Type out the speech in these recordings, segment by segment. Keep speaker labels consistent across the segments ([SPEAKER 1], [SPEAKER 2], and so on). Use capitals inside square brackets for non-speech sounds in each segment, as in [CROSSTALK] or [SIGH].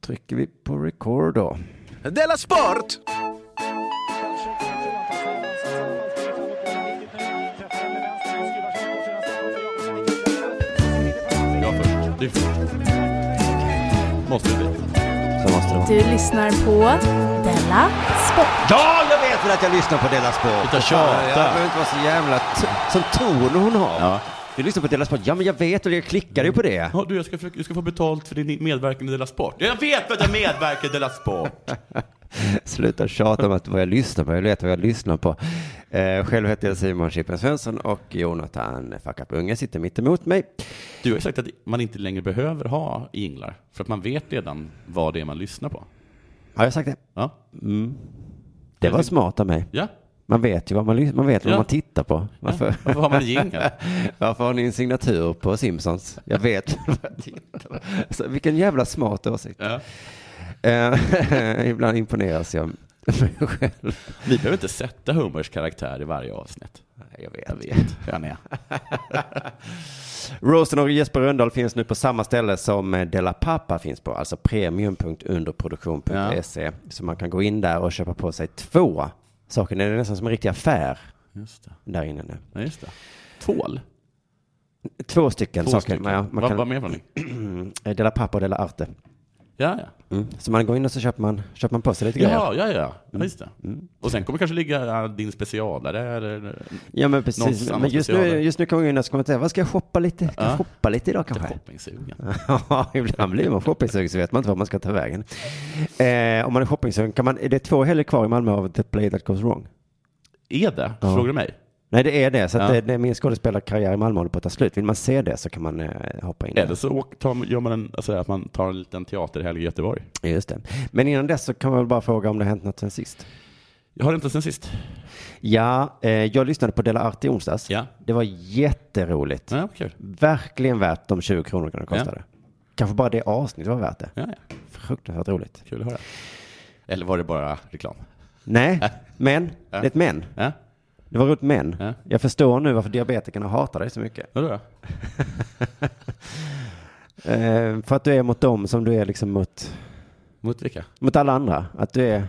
[SPEAKER 1] trycker vi på record då.
[SPEAKER 2] Della Sport!
[SPEAKER 3] Jag först. Du först. Måste det bli.
[SPEAKER 1] Så måste det vara.
[SPEAKER 4] Du lyssnar på Della Sport.
[SPEAKER 1] Ja, jag vet väl att jag lyssnar på Della Sport.
[SPEAKER 3] Sluta
[SPEAKER 1] Fan, Jag
[SPEAKER 3] tjata.
[SPEAKER 1] behöver inte vara så jävla... T- som ton hon har.
[SPEAKER 3] Ja.
[SPEAKER 1] Du lyssnar på Della Sport. Ja, men jag vet och jag klickade ju på det.
[SPEAKER 3] Ja, du, jag ska, försöka- jag ska få betalt för din medverkan i Della Sport. Jag vet att jag medverkar i Della Sport!
[SPEAKER 1] Sluta tjata om att vad jag lyssnar på. Jag vet vad jag lyssnar på. Eh, själv heter jag Simon Chippen Svensson och Jonathan Fuck Up Unge sitter mitt emot mig.
[SPEAKER 3] Du har ju sagt att man inte längre behöver ha jinglar, för att man vet redan vad det är man lyssnar på.
[SPEAKER 1] Har jag sagt det? Mm.
[SPEAKER 3] Ja.
[SPEAKER 1] Det var smart av mig.
[SPEAKER 3] Ja.
[SPEAKER 1] Man vet ju vad man, lys- man, vet vad
[SPEAKER 3] Ja.
[SPEAKER 1] man tittar på. Varför?
[SPEAKER 3] Varför har man en jingel?
[SPEAKER 1] [LAUGHS] Varför har ni en signatur på Simpsons? Jag vet [LAUGHS] vad jag tittar på. Alltså, vilken jävla smart åsikt.
[SPEAKER 3] ja.
[SPEAKER 1] Eh, [LAUGHS] ibland imponeras jag med mig själv.
[SPEAKER 3] Vi behöver inte sätta Homers karaktär i varje avsnitt.
[SPEAKER 1] Jag
[SPEAKER 3] Jag
[SPEAKER 1] vet.
[SPEAKER 3] vet. Jag är.
[SPEAKER 1] Rosen och Jesper Rönndahl finns nu på samma ställe som eh, Della Pappa finns på, alltså premium.underproduktion.se. E. Så man kan gå in där och köpa på sig två saker. Det är nästan som en riktig affär
[SPEAKER 3] Just det.
[SPEAKER 1] där inne nu.
[SPEAKER 3] Ja, just det. Tvål.
[SPEAKER 1] Två stycken
[SPEAKER 3] Två
[SPEAKER 1] saker.
[SPEAKER 3] stycken.
[SPEAKER 1] Ja, man
[SPEAKER 3] Vad,
[SPEAKER 1] kan,
[SPEAKER 3] vad mer var ni?
[SPEAKER 1] eh, [CLEARS THROAT] Della Pappa och Della Arte.
[SPEAKER 3] Ja, ja.
[SPEAKER 1] Mm. Så man går in och så köper man, köper man på sig lite grejer.
[SPEAKER 3] Ja, ja, ja. ja just det.
[SPEAKER 1] Mm.
[SPEAKER 3] Och sen kommer kanske ligga ja, din specialare eller...
[SPEAKER 1] Ja men
[SPEAKER 3] Någon
[SPEAKER 1] precis.
[SPEAKER 3] samma
[SPEAKER 1] Men just nu,
[SPEAKER 3] specialare.
[SPEAKER 1] just nu kommer jag in och så kommer jag säga, vad ska jag shoppa lite? Ska jag
[SPEAKER 3] Ja.
[SPEAKER 1] shoppa lite idag kanske?
[SPEAKER 3] Typ Shoppingsugen.
[SPEAKER 1] [LAUGHS] Ja, ibland blir man shoppingsugen så vet man inte var man ska ta vägen. Eh, om man är shoppingsugen, kan man, är det två helger kvar i Malmö av The Play That Goes Wrong?
[SPEAKER 3] Är det?
[SPEAKER 1] Ja.
[SPEAKER 3] Frågar du mig?
[SPEAKER 1] Nej, det är det. Så att
[SPEAKER 3] Ja.
[SPEAKER 1] det, det, min skådespelarkarriär i Malmö håller på att ta slut. Vill man se det så kan man eh, hoppa in. där.
[SPEAKER 3] Eller så åk- tar, gör man en, alltså, att man tar en liten teaterhelg i Göteborg.
[SPEAKER 1] Ja, Just det. Men innan dess så kan man väl bara fråga om det har hänt något sen sist.
[SPEAKER 3] Jag har inte sen sist.
[SPEAKER 1] Ja, eh, jag lyssnade på Dela Arte i onsdags.
[SPEAKER 3] Ja.
[SPEAKER 1] Det var jätteroligt.
[SPEAKER 3] Ja, kul.
[SPEAKER 1] Verkligen värt de 20 kronor det kostade. Kanske bara det avsnittet var värt det.
[SPEAKER 3] Ja, ja.
[SPEAKER 1] Fruktansvärt roligt.
[SPEAKER 3] Kul att höra. Eller var det bara reklam?
[SPEAKER 1] Nej, men. Det är ett men.
[SPEAKER 3] Ja,
[SPEAKER 1] Det var roligt men.
[SPEAKER 3] Ja.
[SPEAKER 1] Jag förstår nu varför diabetikerna hatar dig så mycket.
[SPEAKER 3] vadå då?
[SPEAKER 1] Eh, för att du är mot dem som du är liksom mot,
[SPEAKER 3] Mot vilka?
[SPEAKER 1] mot alla andra. Att du är,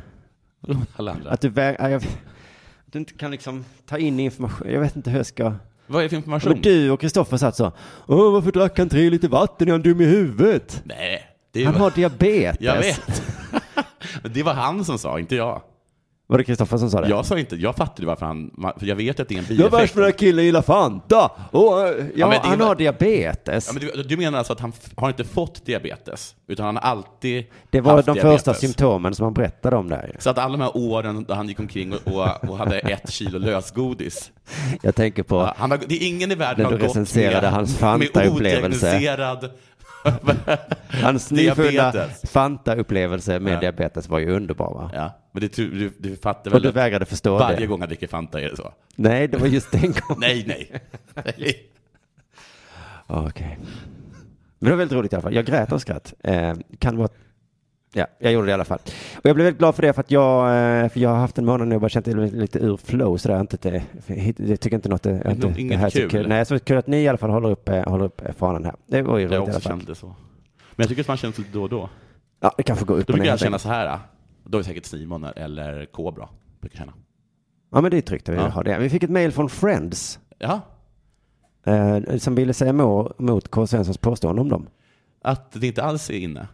[SPEAKER 3] Vadå, [LAUGHS] Alla andra.
[SPEAKER 1] att du, väg, ja, jag, att du inte kan liksom ta in information. Jag vet inte hur jag ska.
[SPEAKER 3] Vad är det för information?
[SPEAKER 1] Men du och Kristoffer satt så. Åh, varför drack han tre liter vatten? Är han dum i huvudet?
[SPEAKER 3] Nej, det är
[SPEAKER 1] Han har diabetes.
[SPEAKER 3] Jag vet. Men det var han som sa, inte jag.
[SPEAKER 1] Var det Kristoffer som sa det?
[SPEAKER 3] Jag sa inte, jag fattade varför han, för jag vet att det är en bieffekt.
[SPEAKER 1] Jag är värst med den här killen gillar Fanta. Åh, ja,
[SPEAKER 3] men det är
[SPEAKER 1] han
[SPEAKER 3] väl-
[SPEAKER 1] har diabetes.
[SPEAKER 3] Ja, men du, du menar alltså att han f- har inte fått diabetes, utan han har alltid
[SPEAKER 1] det var de
[SPEAKER 3] haft diabetes.
[SPEAKER 1] första symptomen som han berättade om där. ju.
[SPEAKER 3] Så att alla de här åren då han gick omkring och, och, och hade ett kilo lösgodis.
[SPEAKER 1] Jag tänker på
[SPEAKER 3] Ja, Han har, det är ingen i världen
[SPEAKER 1] När
[SPEAKER 3] har
[SPEAKER 1] du
[SPEAKER 3] gått
[SPEAKER 1] recenserade
[SPEAKER 3] med,
[SPEAKER 1] hans
[SPEAKER 3] med
[SPEAKER 1] Fanta-upplevelse.
[SPEAKER 3] odiagnoserad [LAUGHS]
[SPEAKER 1] Hans nyfunna
[SPEAKER 3] diabetes.
[SPEAKER 1] Fanta-upplevelse med
[SPEAKER 3] Ja.
[SPEAKER 1] diabetes var ju underbar va?
[SPEAKER 3] [LAUGHS] Ja, men det, tror- du, du fattar
[SPEAKER 1] Och
[SPEAKER 3] väl
[SPEAKER 1] du
[SPEAKER 3] att
[SPEAKER 1] vägrade förstå
[SPEAKER 3] varje
[SPEAKER 1] det?
[SPEAKER 3] gång han dricker Fanta är det så?
[SPEAKER 1] Nej, det var just
[SPEAKER 3] [LAUGHS]
[SPEAKER 1] den gången.
[SPEAKER 3] Nej,
[SPEAKER 1] [LAUGHS]
[SPEAKER 3] nej. nej.
[SPEAKER 1] Ah, Okej. Men det var väldigt roligt i alla fall. Jag grät av skratt. Eh, kan vara... Ja, jag gjorde det i alla fall. Och jag blev väldigt glad för det för att jag, eh, för jag har haft en månad nu och bara känt mig lite ur flow sådär. Jag har Inte, det- jag tycker inte något... jag har Inte,
[SPEAKER 3] inget
[SPEAKER 1] det här är så
[SPEAKER 3] kul.
[SPEAKER 1] Nej, så kul att ni i alla fall håller upp, eh, håller upp eh, fanan här. Det var ju roligt
[SPEAKER 3] Jag
[SPEAKER 1] i alla
[SPEAKER 3] också
[SPEAKER 1] fall.
[SPEAKER 3] kände så. Men jag tycker att man känner lite då och då.
[SPEAKER 1] Ja, det kanske går upp
[SPEAKER 3] Då
[SPEAKER 1] och
[SPEAKER 3] brukar
[SPEAKER 1] ner.
[SPEAKER 3] jag känna så här. ah, Då är säkert Simon eller K bra. Brukar känna.
[SPEAKER 1] Ja, men det är tryggt att vi
[SPEAKER 3] Ja.
[SPEAKER 1] har det. Vi fick ett mail från Friends.
[SPEAKER 3] Ja,
[SPEAKER 1] eh, som ville säga må, mot K. Svenssons påstående om dem.
[SPEAKER 3] att det inte alls är inne.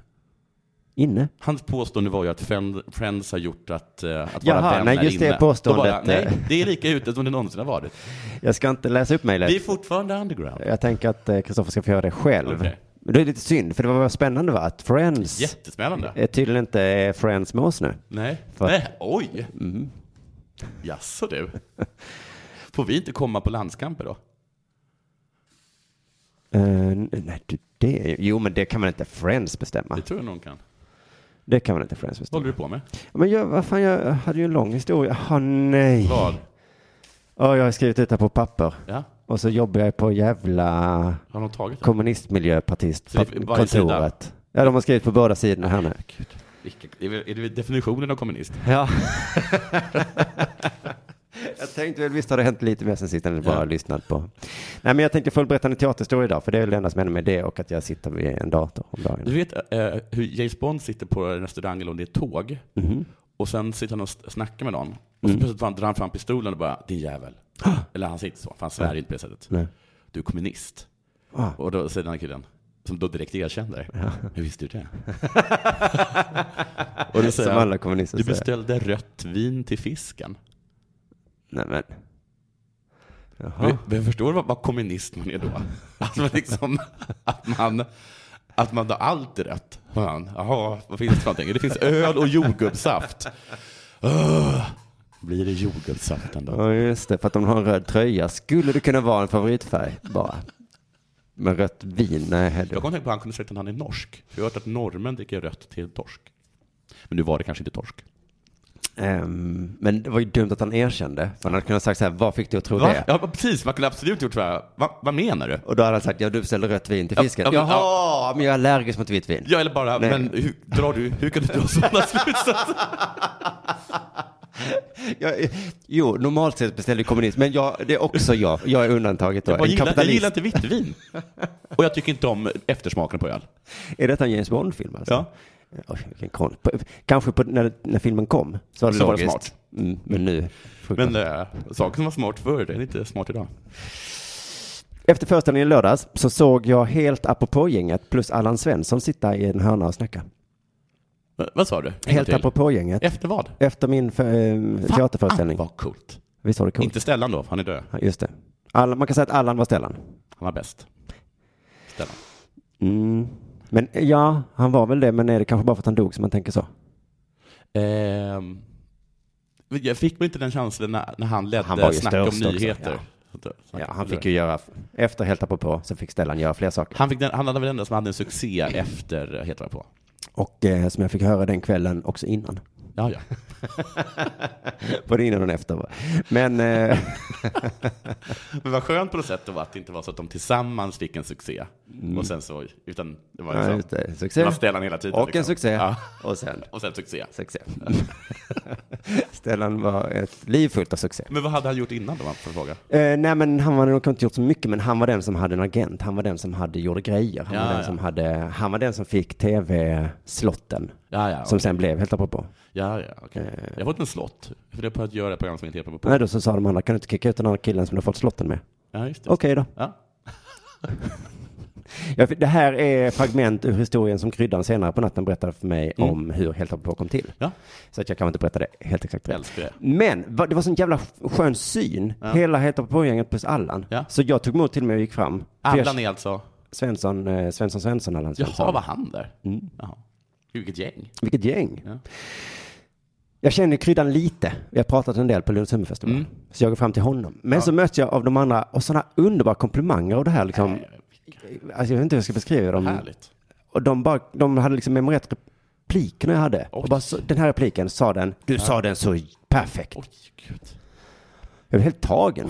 [SPEAKER 1] Inne.
[SPEAKER 3] Hans påstående var ju att Friend- Friends har gjort att, eh, att
[SPEAKER 1] Jaha,
[SPEAKER 3] vara vän
[SPEAKER 1] nej,
[SPEAKER 3] är
[SPEAKER 1] just det
[SPEAKER 3] inne. Då
[SPEAKER 1] påståendet,
[SPEAKER 3] Bara,
[SPEAKER 1] eh.
[SPEAKER 3] nej, det är lika ute som det någonsin
[SPEAKER 1] [LAUGHS]
[SPEAKER 3] har varit.
[SPEAKER 1] Jag ska inte läsa upp mejlet.
[SPEAKER 3] Vi är fortfarande underground.
[SPEAKER 1] Jag tänker att eh, Kristoffer ska få göra det själv.
[SPEAKER 3] Okej.
[SPEAKER 1] Men det är lite synd, för det var spännande va? Att Friends
[SPEAKER 3] Jättesmällande.
[SPEAKER 1] är tydligen inte eh, Friends med oss nu.
[SPEAKER 3] Nej.
[SPEAKER 1] För-
[SPEAKER 3] Nej, oj!
[SPEAKER 1] Mm.
[SPEAKER 3] Jaså du? [LAUGHS] Får vi inte komma på landskamper då?
[SPEAKER 1] Eh, n- nej, du, det, jo, men det kan man inte Friends bestämma.
[SPEAKER 3] Det tror jag någon kan.
[SPEAKER 1] Det kan man inte Friends
[SPEAKER 3] Vad
[SPEAKER 1] bestämma.
[SPEAKER 3] håller du på med?
[SPEAKER 1] Men jag, vad fan, jag hade ju en lång historia. Åh nej.
[SPEAKER 3] Vad?
[SPEAKER 1] Ja, jag har skrivit ut det på papper.
[SPEAKER 3] Ja,
[SPEAKER 1] Och så jobbar jag på jävla
[SPEAKER 3] har någon tagit det? Så det är varje
[SPEAKER 1] kommunistmiljöpartistkontoret. Ja, de har skrivit på båda sidorna här nu.
[SPEAKER 3] Vilka- Är det är det definitionen av kommunist?
[SPEAKER 1] Ja. jag Jag tänkte väl visst har det hänt lite mer sen sist än bara lyssnat på. Nej, men jag tänkte fullberätta en teaterhistoria idag, för det är väl det enda som händer med det och att jag sitter vid en dator om dagen.
[SPEAKER 3] Du vet eh, hur James Bond sitter på en restaurang eller om det är ett tåg
[SPEAKER 1] Mhm.
[SPEAKER 3] och sen sitter han och s- snackar med någon och så plötsligt fan- drar han fram pistolen och bara din [GASPS] jävel. eller han säger inte så, för han svär inte på det sättet.
[SPEAKER 1] Nej.
[SPEAKER 3] Du är kommunist.
[SPEAKER 1] Ah.
[SPEAKER 3] Och då säger den här killen, som då direkt erkänner. Hur visste [LAUGHS] du det? och då säger
[SPEAKER 1] Som alla
[SPEAKER 3] han,
[SPEAKER 1] kommunister
[SPEAKER 3] du
[SPEAKER 1] säger.
[SPEAKER 3] beställde rött vin till fisken.
[SPEAKER 1] Nej, men. Jaha.
[SPEAKER 3] Men, men förstår du vad, vad kommunist man är då? [LAUGHS] Att man liksom, att man, att man har allt är rätt. Man, jaha, vad finns det för någonting? Det finns öl och jordgubbssaft. Öh, blir det jordgubbssaft ändå?
[SPEAKER 1] Ja, just det, för att de har en röd tröja. Skulle det kunna vara en favoritfärg bara? Med rött vin? Nej,
[SPEAKER 3] Jag
[SPEAKER 1] heller.
[SPEAKER 3] kom att tänka på han kunde sagt att han är norsk. För jag har hört att norrmän dricker rött till torsk. Men nu var det kanske inte torsk.
[SPEAKER 1] Ehm, men det var ju dumt att han erkände. För han hade kunnat sagt så här, vad fick du att tro
[SPEAKER 3] Va?
[SPEAKER 1] det?
[SPEAKER 3] Ja, precis. Man kunde absolut gjort så här. Va, vad menar du?
[SPEAKER 1] Och då hade han sagt, ja du beställde rött vin till
[SPEAKER 3] Ja,
[SPEAKER 1] fisken.
[SPEAKER 3] ja, men-
[SPEAKER 1] Jaha, men jag är allergisk mot vitt vin.
[SPEAKER 3] Ja, eller bara,
[SPEAKER 1] Nej.
[SPEAKER 3] men hur, drar du, hur kan du dra sådana [LAUGHS] slutsatser?
[SPEAKER 1] Jag, eh, jo, normalt sett beställer ju kommunist, men jag, det är också jag. Jag är undantaget då.
[SPEAKER 3] Jag, bara
[SPEAKER 1] en
[SPEAKER 3] gillar, jag
[SPEAKER 1] kapitalist.
[SPEAKER 3] gillar inte vitt vin. [LAUGHS] Och jag tycker inte om eftersmaken på öl.
[SPEAKER 1] Är detta en James Bond-film alltså?
[SPEAKER 3] Ja.
[SPEAKER 1] Oj, vilken kon... på- Kanske på, när, när filmen kom så var det
[SPEAKER 3] Så var det
[SPEAKER 1] logiskt.
[SPEAKER 3] smart.
[SPEAKER 1] Mm, men nu. fruktansvärt.
[SPEAKER 3] Men äh, saker som var smart förr, det är inte smart idag. eh-
[SPEAKER 1] Efter föreställningen i lördags så såg jag helt apropå-gänget plus Allan Svensson sitta i en hörna och snacka.
[SPEAKER 3] Va- vad sa du? En gång
[SPEAKER 1] Helt
[SPEAKER 3] till.
[SPEAKER 1] apropå-gänget.
[SPEAKER 3] Efter vad?
[SPEAKER 1] Efter min för, eh, teaterföreställning.
[SPEAKER 3] Vad coolt.
[SPEAKER 1] Visst var det coolt?
[SPEAKER 3] Ah. Inte Stellan då, för han är död.
[SPEAKER 1] Ja, Just det. Allan, man kan säga att Allan var Stellan.
[SPEAKER 3] Han var bäst. Stellan.
[SPEAKER 1] Mm. Men ja, han var väl det, men är det kanske bara för att han dog som man tänker så?
[SPEAKER 3] Ehm, jag fick mig inte den känslan när, när han ledde
[SPEAKER 1] Han var ju
[SPEAKER 3] Snack om
[SPEAKER 1] störst också,
[SPEAKER 3] nyheter.
[SPEAKER 1] Ja, han fick ju göra, efter Helt apropå så fick Stellan göra fler saker.
[SPEAKER 3] Han, fick den, han hade väl den enda som hade en succé efter eh, heter det på.
[SPEAKER 1] Och eh, som jag fick höra den kvällen också innan. [LAUGHS]
[SPEAKER 3] Ja, ja.
[SPEAKER 1] Både innan och efter. va? Men [LAUGHS] eh,
[SPEAKER 3] Men vad skönt på något sätt då att det inte var så att de tillsammans fick en succé.
[SPEAKER 1] Mm.
[SPEAKER 3] Och sen så, utan det var
[SPEAKER 1] [LAUGHS] ja,
[SPEAKER 3] liksom,
[SPEAKER 1] just det.
[SPEAKER 3] det
[SPEAKER 1] succé.
[SPEAKER 3] var Stellan hela tiden.
[SPEAKER 1] Och en
[SPEAKER 3] liksom.
[SPEAKER 1] succé.
[SPEAKER 3] Ja.
[SPEAKER 1] Och sen
[SPEAKER 3] Och sen succé.
[SPEAKER 1] succé. [LAUGHS] Stellan var ett liv fullt av succé.
[SPEAKER 3] Men vad hade han gjort innan då, för fråga?
[SPEAKER 1] Eh, nej men han var nog inte gjort så mycket men han var den som hade en agent. Han var den som hade gjorde grejer. Han,
[SPEAKER 3] Ja,
[SPEAKER 1] var, den
[SPEAKER 3] ja.
[SPEAKER 1] som hade, han var den som fick tv-slotten.
[SPEAKER 3] Ja, ja,
[SPEAKER 1] Som
[SPEAKER 3] okej. Eh.
[SPEAKER 1] sen blev helt apropå.
[SPEAKER 3] Ja, ja, okej. Jag har fått en slott. För det är på att göra ett program som inte heter på.
[SPEAKER 1] Nej då så sa de andra, kan du inte kicka ut den andra killen som du har fått slotten med?
[SPEAKER 3] Ja, just det.
[SPEAKER 1] Okej då.
[SPEAKER 3] Ja.
[SPEAKER 1] Ja, för det här är fragment ur historien som Kryddan senare på natten berättade för mig om hur Helt apropå kom till.
[SPEAKER 3] Mm. Ja.
[SPEAKER 1] Så att jag kan inte berätta det helt exakt
[SPEAKER 3] Jag
[SPEAKER 1] rätt.
[SPEAKER 3] älskar det.
[SPEAKER 1] Men va- det var sån jävla skön syn. Hela Helt apropå-gänget plus Allan.
[SPEAKER 3] Ja.
[SPEAKER 1] Så jag tog emot till och med och gick fram. För jag-
[SPEAKER 3] Allan är alltså...
[SPEAKER 1] Svensson, eh, Svensson, Svensson, Allan Svensson.
[SPEAKER 3] Jaha, var han där? Jaha. Mm. Vilket gäng.
[SPEAKER 1] Vilket gäng.
[SPEAKER 3] Ja.
[SPEAKER 1] Jag känner kryddan lite. Vi har pratat en del på Lunds hummerfestival.
[SPEAKER 3] Mm.
[SPEAKER 1] Så jag går fram till honom. Men så möts jag av de andra och sådana underbara komplimanger och det här liksom. Alltså jag vet inte hur jag ska beskriva dem.
[SPEAKER 3] Härligt.
[SPEAKER 1] Och de, bara, de hade liksom memorerat replikerna jag hade. Och bara, så, den här repliken sa den, du sa den så perfekt.
[SPEAKER 3] Oj, gud.
[SPEAKER 1] Jag blev helt tagen.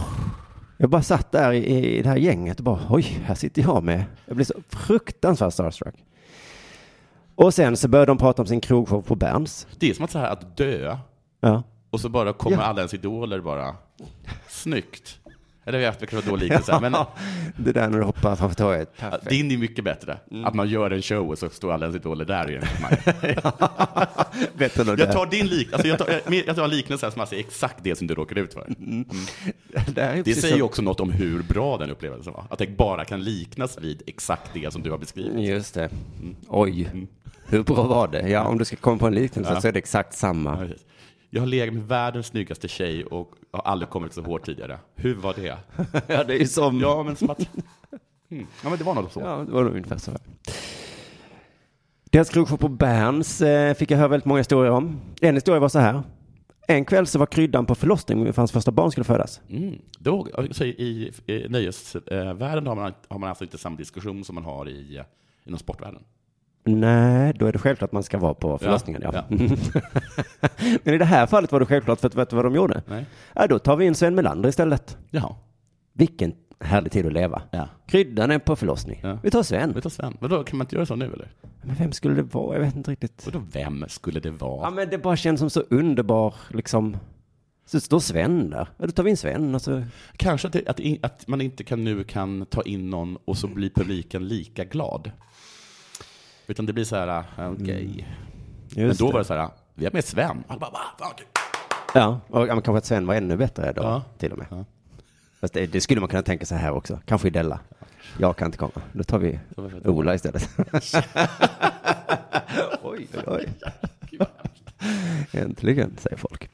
[SPEAKER 1] Jag bara satt där i, i det här gänget och bara oj, här sitter jag med. Jag blev så fruktansvärt starstruck. Och sen så började de prata om sin krogshow på Berns.
[SPEAKER 3] Det är som att, så här, att dö
[SPEAKER 1] Ja.
[SPEAKER 3] och så bara kommer
[SPEAKER 1] Ja.
[SPEAKER 3] alla ens idoler bara. Snyggt. Eller jag vet, det kanske var dålig liknelse. [LAUGHS] Men
[SPEAKER 1] [LAUGHS] Det där när du hoppar framför torget.
[SPEAKER 3] din är mycket bättre. Att man gör en show och så står alla ens idoler där [LAUGHS] i en evenemang.
[SPEAKER 1] Bättre än att
[SPEAKER 3] Jag
[SPEAKER 1] dö.
[SPEAKER 3] tar din liknelse, alltså jag tar, jag- jag tar liknelsen som alltså är exakt det som du råkar ut för.
[SPEAKER 1] Det, här är
[SPEAKER 3] Det
[SPEAKER 1] precis
[SPEAKER 3] säger ju
[SPEAKER 1] som-
[SPEAKER 3] också något om hur bra den upplevelsen var. Att det bara kan liknas vid exakt det som du har beskrivit.
[SPEAKER 1] Just det.
[SPEAKER 3] Mm.
[SPEAKER 1] Oj. Hur bra var det? Ja, om du ska komma på en liknelse så är det exakt
[SPEAKER 3] Ja,
[SPEAKER 1] samma.
[SPEAKER 3] precis. Jag har legat med världens snyggaste tjej och har aldrig kommit så hårt tidigare. Hur var det?
[SPEAKER 1] [LAUGHS] Ja, det är ju som...
[SPEAKER 3] Ja, men som att... Mm. Ja, men det var något så.
[SPEAKER 1] Ja, det var nog ungefär så. Deras krogshow på Berns eh, fick jag höra väldigt många historier om. En historia var så här. En kväll så var kryddan på förlossning för hans första barn skulle födas.
[SPEAKER 3] Mm. Då, alltså, i, I nöjesvärlden har man, har man alltså inte samma diskussion som man har i, eh, inom sportvärlden.
[SPEAKER 1] Nej, då är det självklart att man ska vara på förlossningen. Ja. Mm. Men i det här fallet var det självklart för att vet du vad de gjorde?
[SPEAKER 3] Nej.
[SPEAKER 1] Ja, då tar vi in Sven Melander istället.
[SPEAKER 3] Jaha.
[SPEAKER 1] Vilken härlig tid att leva.
[SPEAKER 3] Ja.
[SPEAKER 1] Kryddan är på förlossning.
[SPEAKER 3] Ja.
[SPEAKER 1] Vi tar Sven.
[SPEAKER 3] Vi tar Sven. Vadå, kan man inte göra så nu eller?
[SPEAKER 1] Men vem skulle det vara? Jag vet inte riktigt.
[SPEAKER 3] Vadå, vem skulle det
[SPEAKER 1] Ja,
[SPEAKER 3] vara?
[SPEAKER 1] men det bara känns som så underbar, liksom. Så står Sven där. Ja, då tar vi in Sven och så...
[SPEAKER 3] Kanske att, det, att, in- att man inte kan, nu kan ta in någon och så blir publiken lika glad. Utan det blir så här, ah, okej. Men
[SPEAKER 1] Mm. Just
[SPEAKER 3] då var det så här, ah, vi har med Sven. Alla bara, va? Fan, okej.
[SPEAKER 1] Ja, och ja, men kanske att Sven var ännu bättre då,
[SPEAKER 3] Ja.
[SPEAKER 1] till och med.
[SPEAKER 3] Ja.
[SPEAKER 1] Fast det, det skulle man kunna tänka sig här också. Kanske i Della. Jag kan inte komma. Då tar vi
[SPEAKER 3] Då får vi ta-
[SPEAKER 1] Ola
[SPEAKER 3] [LAUGHS]
[SPEAKER 1] istället. oj, oj, oj. Äntligen, säger folk.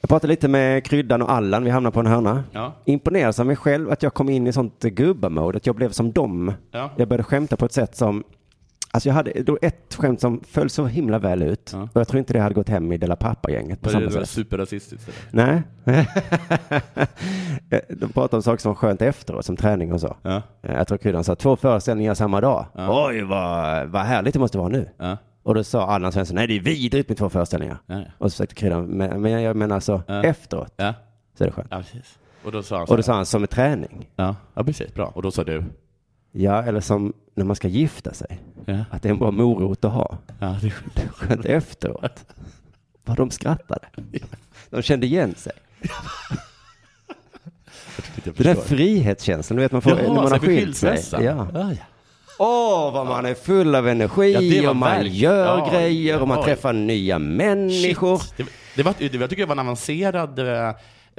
[SPEAKER 1] Jag pratade lite med Kryddan och Allan. Vi hamnade på en hörna.
[SPEAKER 3] Ja.
[SPEAKER 1] Imponeras av mig själv att jag kom in i sånt gubbamode, att jag blev som dem.
[SPEAKER 3] Ja.
[SPEAKER 1] Jag började skämta på ett sätt som... Alltså jag hade då ett skämt som föll så himla väl ut.
[SPEAKER 3] Ja.
[SPEAKER 1] Och jag tror inte det hade gått hem i Della Pappa-gänget på
[SPEAKER 3] Var det,
[SPEAKER 1] samma
[SPEAKER 3] det var
[SPEAKER 1] sätt.
[SPEAKER 3] superrasistiskt. eller?
[SPEAKER 1] Nej. [LAUGHS] Eh, De pratar om saker som var skönt efteråt, som träning och så. Eh,
[SPEAKER 3] Ja.
[SPEAKER 1] Jag tror Kryddan sa två föreställningar samma dag. Oj, vad, vad härligt det måste vara nu.
[SPEAKER 3] Ja.
[SPEAKER 1] Och då sa Allan Svensson, nej det är vidrigt med två föreställningar.
[SPEAKER 3] Ja, ja.
[SPEAKER 1] Och så försökte Kryddan, men, men jag menar alltså
[SPEAKER 3] Ja.
[SPEAKER 1] efteråt
[SPEAKER 3] Ja.
[SPEAKER 1] så är det skönt.
[SPEAKER 3] ja, precis. Och då sa han så
[SPEAKER 1] Och då
[SPEAKER 3] här,
[SPEAKER 1] sa han, som en träning.
[SPEAKER 3] ja. ja, precis, bra. Och då sa du,
[SPEAKER 1] Ja, eller som när man ska gifta sig.
[SPEAKER 3] ja,
[SPEAKER 1] Att det är en bra morot att ha.
[SPEAKER 3] ja det är skönt.
[SPEAKER 1] Skönt efteråt. Vad de skrattade. [LAUGHS] De kände igen sig.
[SPEAKER 3] Jag
[SPEAKER 1] Den där
[SPEAKER 3] förstår.
[SPEAKER 1] frihetskänslan, du vet man får
[SPEAKER 3] Jaha,
[SPEAKER 1] när man
[SPEAKER 3] så
[SPEAKER 1] har
[SPEAKER 3] vid
[SPEAKER 1] skilt sig.
[SPEAKER 3] skilsmässa.
[SPEAKER 1] Ja.
[SPEAKER 3] Ja, ja.
[SPEAKER 1] Åh, vad man är full av energi
[SPEAKER 3] Ja, det var
[SPEAKER 1] och man
[SPEAKER 3] verkligen-
[SPEAKER 1] gör
[SPEAKER 3] ja,
[SPEAKER 1] grejer och man
[SPEAKER 3] oj.
[SPEAKER 1] träffar nya människor.
[SPEAKER 3] Shit. Det, det var, det, jag tycker det var en avancerad eh,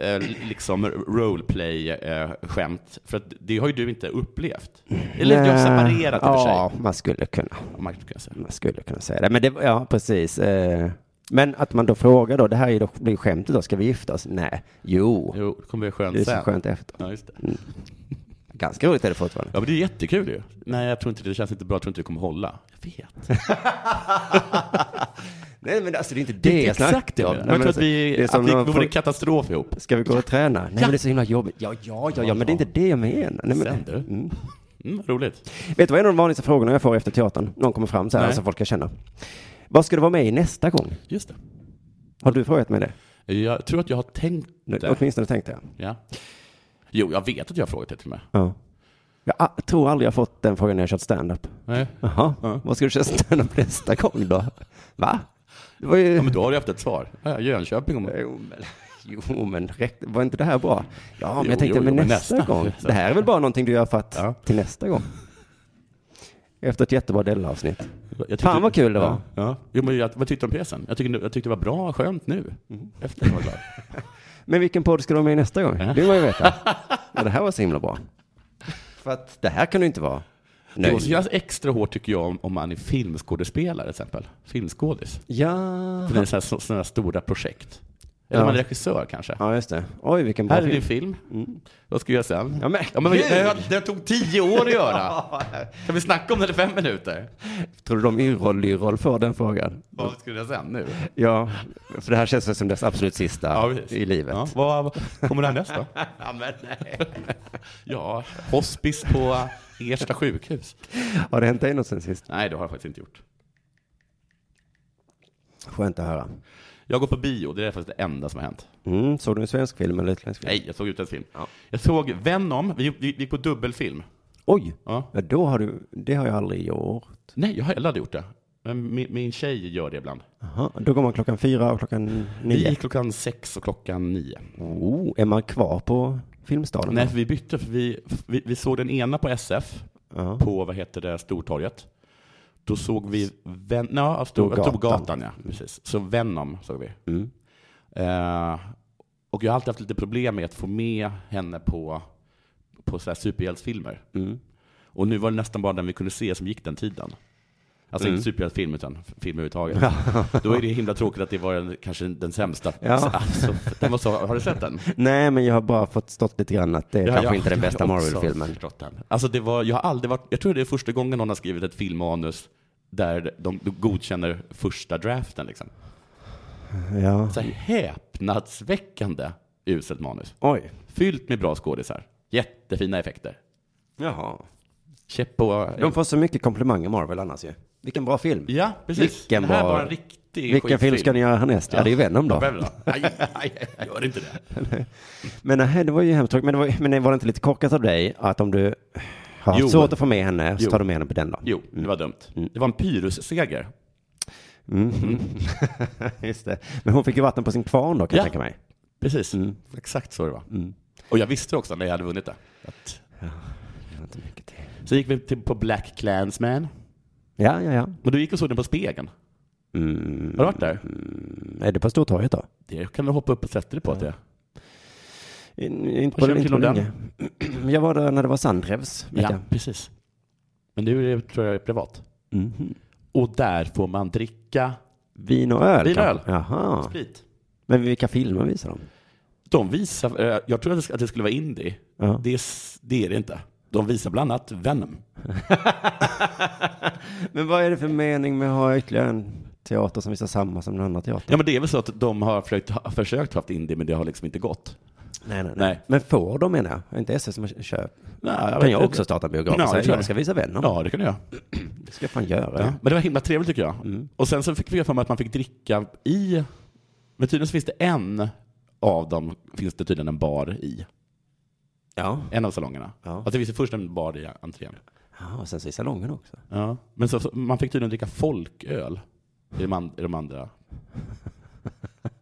[SPEAKER 3] eh, liksom roleplay-skämt. För att det har ju du inte upplevt. Eller du har separerat i och för
[SPEAKER 1] Ja,
[SPEAKER 3] sig.
[SPEAKER 1] man skulle kunna.
[SPEAKER 3] om man kan säga.
[SPEAKER 1] Man skulle kunna säga det. Men det, ja, precis. Eh, Men att man då frågar då, det här är ju då, blir skämtet då, ska vi gifta oss? Nej, jo,
[SPEAKER 3] Jo, det kommer bli skönt
[SPEAKER 1] det är så
[SPEAKER 3] sen.
[SPEAKER 1] skönt efter.
[SPEAKER 3] Ja, just det.
[SPEAKER 1] Ganska roligt är det fortfarande.
[SPEAKER 3] ja, men det är jättekul ju. Nej, jag tror inte det, det känns inte bra. Jag tror inte det kommer hålla. Jag vet.
[SPEAKER 1] Nej, men alltså det är inte det,
[SPEAKER 3] Det är inte
[SPEAKER 1] jag snackar
[SPEAKER 3] exakt det.
[SPEAKER 1] om.
[SPEAKER 3] Men
[SPEAKER 1] Nej,
[SPEAKER 3] jag tror att
[SPEAKER 1] alltså,
[SPEAKER 3] vi,
[SPEAKER 1] det är
[SPEAKER 3] att
[SPEAKER 1] som
[SPEAKER 3] vi,
[SPEAKER 1] när
[SPEAKER 3] vi
[SPEAKER 1] man
[SPEAKER 3] vore en
[SPEAKER 1] får,
[SPEAKER 3] katastrof ihop.
[SPEAKER 1] Ska vi gå och träna? Nej, men det är så himla jobbigt. Ja, ja, ja, ja, men det är inte det jag menar. Nej, men,
[SPEAKER 3] Sen du. Mm. roligt.
[SPEAKER 1] Vet du vad en av de vanligaste frågorna jag får efter teatern? Någon kommer fram så här,
[SPEAKER 3] Nej.
[SPEAKER 1] som folk kan känna. Vad ska du vara med i nästa gång?
[SPEAKER 3] Just
[SPEAKER 1] Har du frågat mig det?
[SPEAKER 3] det. Jag tror att jag har tänkt
[SPEAKER 1] Nu,
[SPEAKER 3] det.
[SPEAKER 1] Åtminstone tänkte jag.
[SPEAKER 3] Ja. Jo, jag vet att jag har frågat det till mig.
[SPEAKER 1] Ja. Jag a- tror aldrig jag fått den frågan när jag kört stand-up.
[SPEAKER 3] Nej.
[SPEAKER 1] Jaha, vad ska du köra stand-up nästa gång då? Va? Det var ju...
[SPEAKER 3] Ja, men då har du haft ett svar. Ja, Jönköping om...
[SPEAKER 1] Jo, men, [LAUGHS] jo, men räck- var inte det här bra? Ja, men
[SPEAKER 3] Jo,
[SPEAKER 1] jag tänkte,
[SPEAKER 3] jo,
[SPEAKER 1] men
[SPEAKER 3] jo, men
[SPEAKER 1] nästa,
[SPEAKER 3] nästa.
[SPEAKER 1] gång. Det här är väl bara någonting du gör för att
[SPEAKER 3] Ja.
[SPEAKER 1] till nästa gång. Efter ett jättebra Della-avsnitt.
[SPEAKER 3] Jag tyckte-
[SPEAKER 1] Fan vad kul det var.
[SPEAKER 3] Ja. ja. Jo, men jag, vad tyckte du om pjäsen? Jag tyckte, jag tyckte det var bra, skönt nu.
[SPEAKER 1] Mm.
[SPEAKER 3] Efter jag
[SPEAKER 1] [LAUGHS]
[SPEAKER 3] var glad.
[SPEAKER 1] Men vilken podd ska du vara med i nästa gång?
[SPEAKER 3] Ja.
[SPEAKER 1] Det vill man ju veta. Men det här var så himla bra. För att det här kan du inte vara
[SPEAKER 3] Det måste
[SPEAKER 1] nöjd
[SPEAKER 3] kännas extra hårt tycker jag om, om man är filmskådespelare till exempel. Filmskådis.
[SPEAKER 1] Ja.
[SPEAKER 3] För det är sådana här, såna här stora projekt. Eller
[SPEAKER 1] Ja.
[SPEAKER 3] man är regissör kanske.
[SPEAKER 1] Ja, just det. Oj, vilken bra
[SPEAKER 3] Här är
[SPEAKER 1] film.
[SPEAKER 3] din film. Vad ska jag göra sen?
[SPEAKER 1] Ja, men-
[SPEAKER 3] vad-
[SPEAKER 1] Kul!
[SPEAKER 3] det, det tog tio år att
[SPEAKER 1] [LAUGHS]
[SPEAKER 3] göra. Kan vi snacka om det i fem minuter?
[SPEAKER 1] Tror du de Yrrol-Lyrrol får den frågan?
[SPEAKER 3] Vad skulle jag säga nu?
[SPEAKER 1] Ja, för det här känns väl som dess absolut sista i livet.
[SPEAKER 3] Ja, vad vad kommer det här nästa?
[SPEAKER 1] [LAUGHS] Ja, men nej.
[SPEAKER 3] [LAUGHS] Ja, hospice på Ersta sjukhus.
[SPEAKER 1] Har det hänt dig något sen sist?
[SPEAKER 3] Nej, det har jag faktiskt inte gjort.
[SPEAKER 1] Skönt att höra.
[SPEAKER 3] Jag går på bio, det är faktiskt det enda som har hänt.
[SPEAKER 1] Mm, såg du en svensk film eller utländsk film?
[SPEAKER 3] Nej, jag såg utländsk film.
[SPEAKER 1] Ja.
[SPEAKER 3] Jag såg Venom, vi, vi gick på dubbelfilm.
[SPEAKER 1] Oj,
[SPEAKER 3] Ja.
[SPEAKER 1] ja, då har du, det har jag aldrig gjort.
[SPEAKER 3] Nej, jag har heller aldrig gjort det. Men min, min tjej gör det ibland.
[SPEAKER 1] Aha. Då går man klockan fyra och klockan
[SPEAKER 3] Vi
[SPEAKER 1] nio.
[SPEAKER 3] gick klockan sex och klockan nio.
[SPEAKER 1] Oh, är man kvar på Filmstaden?
[SPEAKER 3] Nej,
[SPEAKER 1] då?
[SPEAKER 3] för vi bytte, för vi, vi, vi såg den ena på SF,
[SPEAKER 1] Ja.
[SPEAKER 3] på vad heter det, Stortorget. Då såg vi Ven- ja, Stor,
[SPEAKER 1] Storgatan.
[SPEAKER 3] Storgatan, ja. Precis. Så Venom såg vi.
[SPEAKER 1] Mm.
[SPEAKER 3] Eh, och jag har alltid haft lite problem med att få med henne på, på så här superhjältsfilmer.
[SPEAKER 1] Mm.
[SPEAKER 3] Och nu var det nästan bara den vi kunde se som gick den tiden. Alltså
[SPEAKER 1] Mm.
[SPEAKER 3] inte superhjältefilm utan f- film överhuvudtaget. Då är det himla tråkigt att det var den, kanske den sämsta.
[SPEAKER 1] Ja.
[SPEAKER 3] Så- Alltså, den var så, har du sett den?
[SPEAKER 1] Nej, men jag har bara fått stått lite grann att det är
[SPEAKER 3] Ja,
[SPEAKER 1] kanske
[SPEAKER 3] ja,
[SPEAKER 1] inte den
[SPEAKER 3] jag har
[SPEAKER 1] bästa
[SPEAKER 3] också
[SPEAKER 1] Marvel-filmen.
[SPEAKER 3] förstått den. Alltså det var, jag har aldrig varit, jag tror det är första gången någon har skrivit ett filmmanus där de godkänner första draften liksom.
[SPEAKER 1] Ja.
[SPEAKER 3] Så här häpnadsväckande uselt manus.
[SPEAKER 1] Oj.
[SPEAKER 3] Fyllt med bra skådisar. Jättefina effekter.
[SPEAKER 1] Jaha.
[SPEAKER 3] Käpp på...
[SPEAKER 1] De får så mycket komplimanger Marvel annars ju. Vilken bra film.
[SPEAKER 3] Ja, precis.
[SPEAKER 1] Vilken
[SPEAKER 3] det här
[SPEAKER 1] bra-
[SPEAKER 3] var en riktig
[SPEAKER 1] Vilken film ska ni göra härnäst? Ja, det är ju Venom då.
[SPEAKER 3] [LAUGHS] Vem då? Aj, aj, aj, gör inte det.
[SPEAKER 1] Men nej, det var ju hemskt tråkigt. Men, det var, men var det inte lite korkat av dig att om du har haft
[SPEAKER 3] Jo.
[SPEAKER 1] svårt att få med henne så
[SPEAKER 3] Jo.
[SPEAKER 1] tar du med henne på den då?
[SPEAKER 3] Mm. Jo, det var dumt. Det var en pyrrusseger.
[SPEAKER 1] Mm. [LAUGHS] Just det. Men hon fick ju vatten på sin kvarn då, kan jag
[SPEAKER 3] Ja.
[SPEAKER 1] tänka mig.
[SPEAKER 3] Precis, exakt så det var.
[SPEAKER 1] Mm.
[SPEAKER 3] Och jag visste också när jag hade vunnit det. Att...
[SPEAKER 1] Det var inte mycket till.
[SPEAKER 3] Så gick vi till, på Black Clansman.
[SPEAKER 1] Ja, ja, ja.
[SPEAKER 3] Men du gick och såg den på spegeln.
[SPEAKER 1] Mm.
[SPEAKER 3] Har du varit där?
[SPEAKER 1] Är det på Stortorget då?
[SPEAKER 3] Det kan du hoppa upp och sätta dig på. att Det.
[SPEAKER 1] In, inte
[SPEAKER 3] Vad
[SPEAKER 1] på,
[SPEAKER 3] känner
[SPEAKER 1] inte på
[SPEAKER 3] till om
[SPEAKER 1] länge. [CLEARS THROAT] Jag var där när det var Sandrevs. vet
[SPEAKER 3] Ja,
[SPEAKER 1] jag.
[SPEAKER 3] precis. Men nu är det, tror jag är privat.
[SPEAKER 1] Mhm.
[SPEAKER 3] Och där får man dricka
[SPEAKER 1] Vin och öl?
[SPEAKER 3] Vin och
[SPEAKER 1] kanske? Jaha.
[SPEAKER 3] sprit.
[SPEAKER 1] Men vilka filmer visar de?
[SPEAKER 3] De visar, eh, jag trodde att det skulle vara indie.
[SPEAKER 1] Ja.
[SPEAKER 3] Det, är s- det är det inte. De visar bland annat Venom.
[SPEAKER 1] Men vad är det för mening med att ha ytterligare en teater som visar samma som den andra teatern?
[SPEAKER 3] Ja, men det är väl så att de har försökt, ha, försökt haft indie, men det har liksom inte gått.
[SPEAKER 1] Nej, nej,
[SPEAKER 3] Nej.
[SPEAKER 1] Men får de menar jag? Är inte SS som köper?
[SPEAKER 3] Nej, jag
[SPEAKER 1] Kan
[SPEAKER 3] vet
[SPEAKER 1] jag
[SPEAKER 3] inte.
[SPEAKER 1] också starta en biograf
[SPEAKER 3] Ja,
[SPEAKER 1] och
[SPEAKER 3] det
[SPEAKER 1] säga
[SPEAKER 3] tror jag.
[SPEAKER 1] jag ska visa vänner?
[SPEAKER 3] Ja, det kan du göra.
[SPEAKER 1] Det ska jag fan göra.
[SPEAKER 3] Ja. Men det var himla trevligt tycker jag.
[SPEAKER 1] Mm.
[SPEAKER 3] Och sen så fick vi för mig att man fick dricka i, men tydligen så finns det en av dem, finns det tydligen en bar i.
[SPEAKER 1] Ja.
[SPEAKER 3] En av salongerna.
[SPEAKER 1] Ja.
[SPEAKER 3] Alltså det finns ju först en bar i entrén.
[SPEAKER 1] ja och sen så i salongen också.
[SPEAKER 3] Ja. Men så, så, man fick tydligen dricka folköl i de, an, i de andra.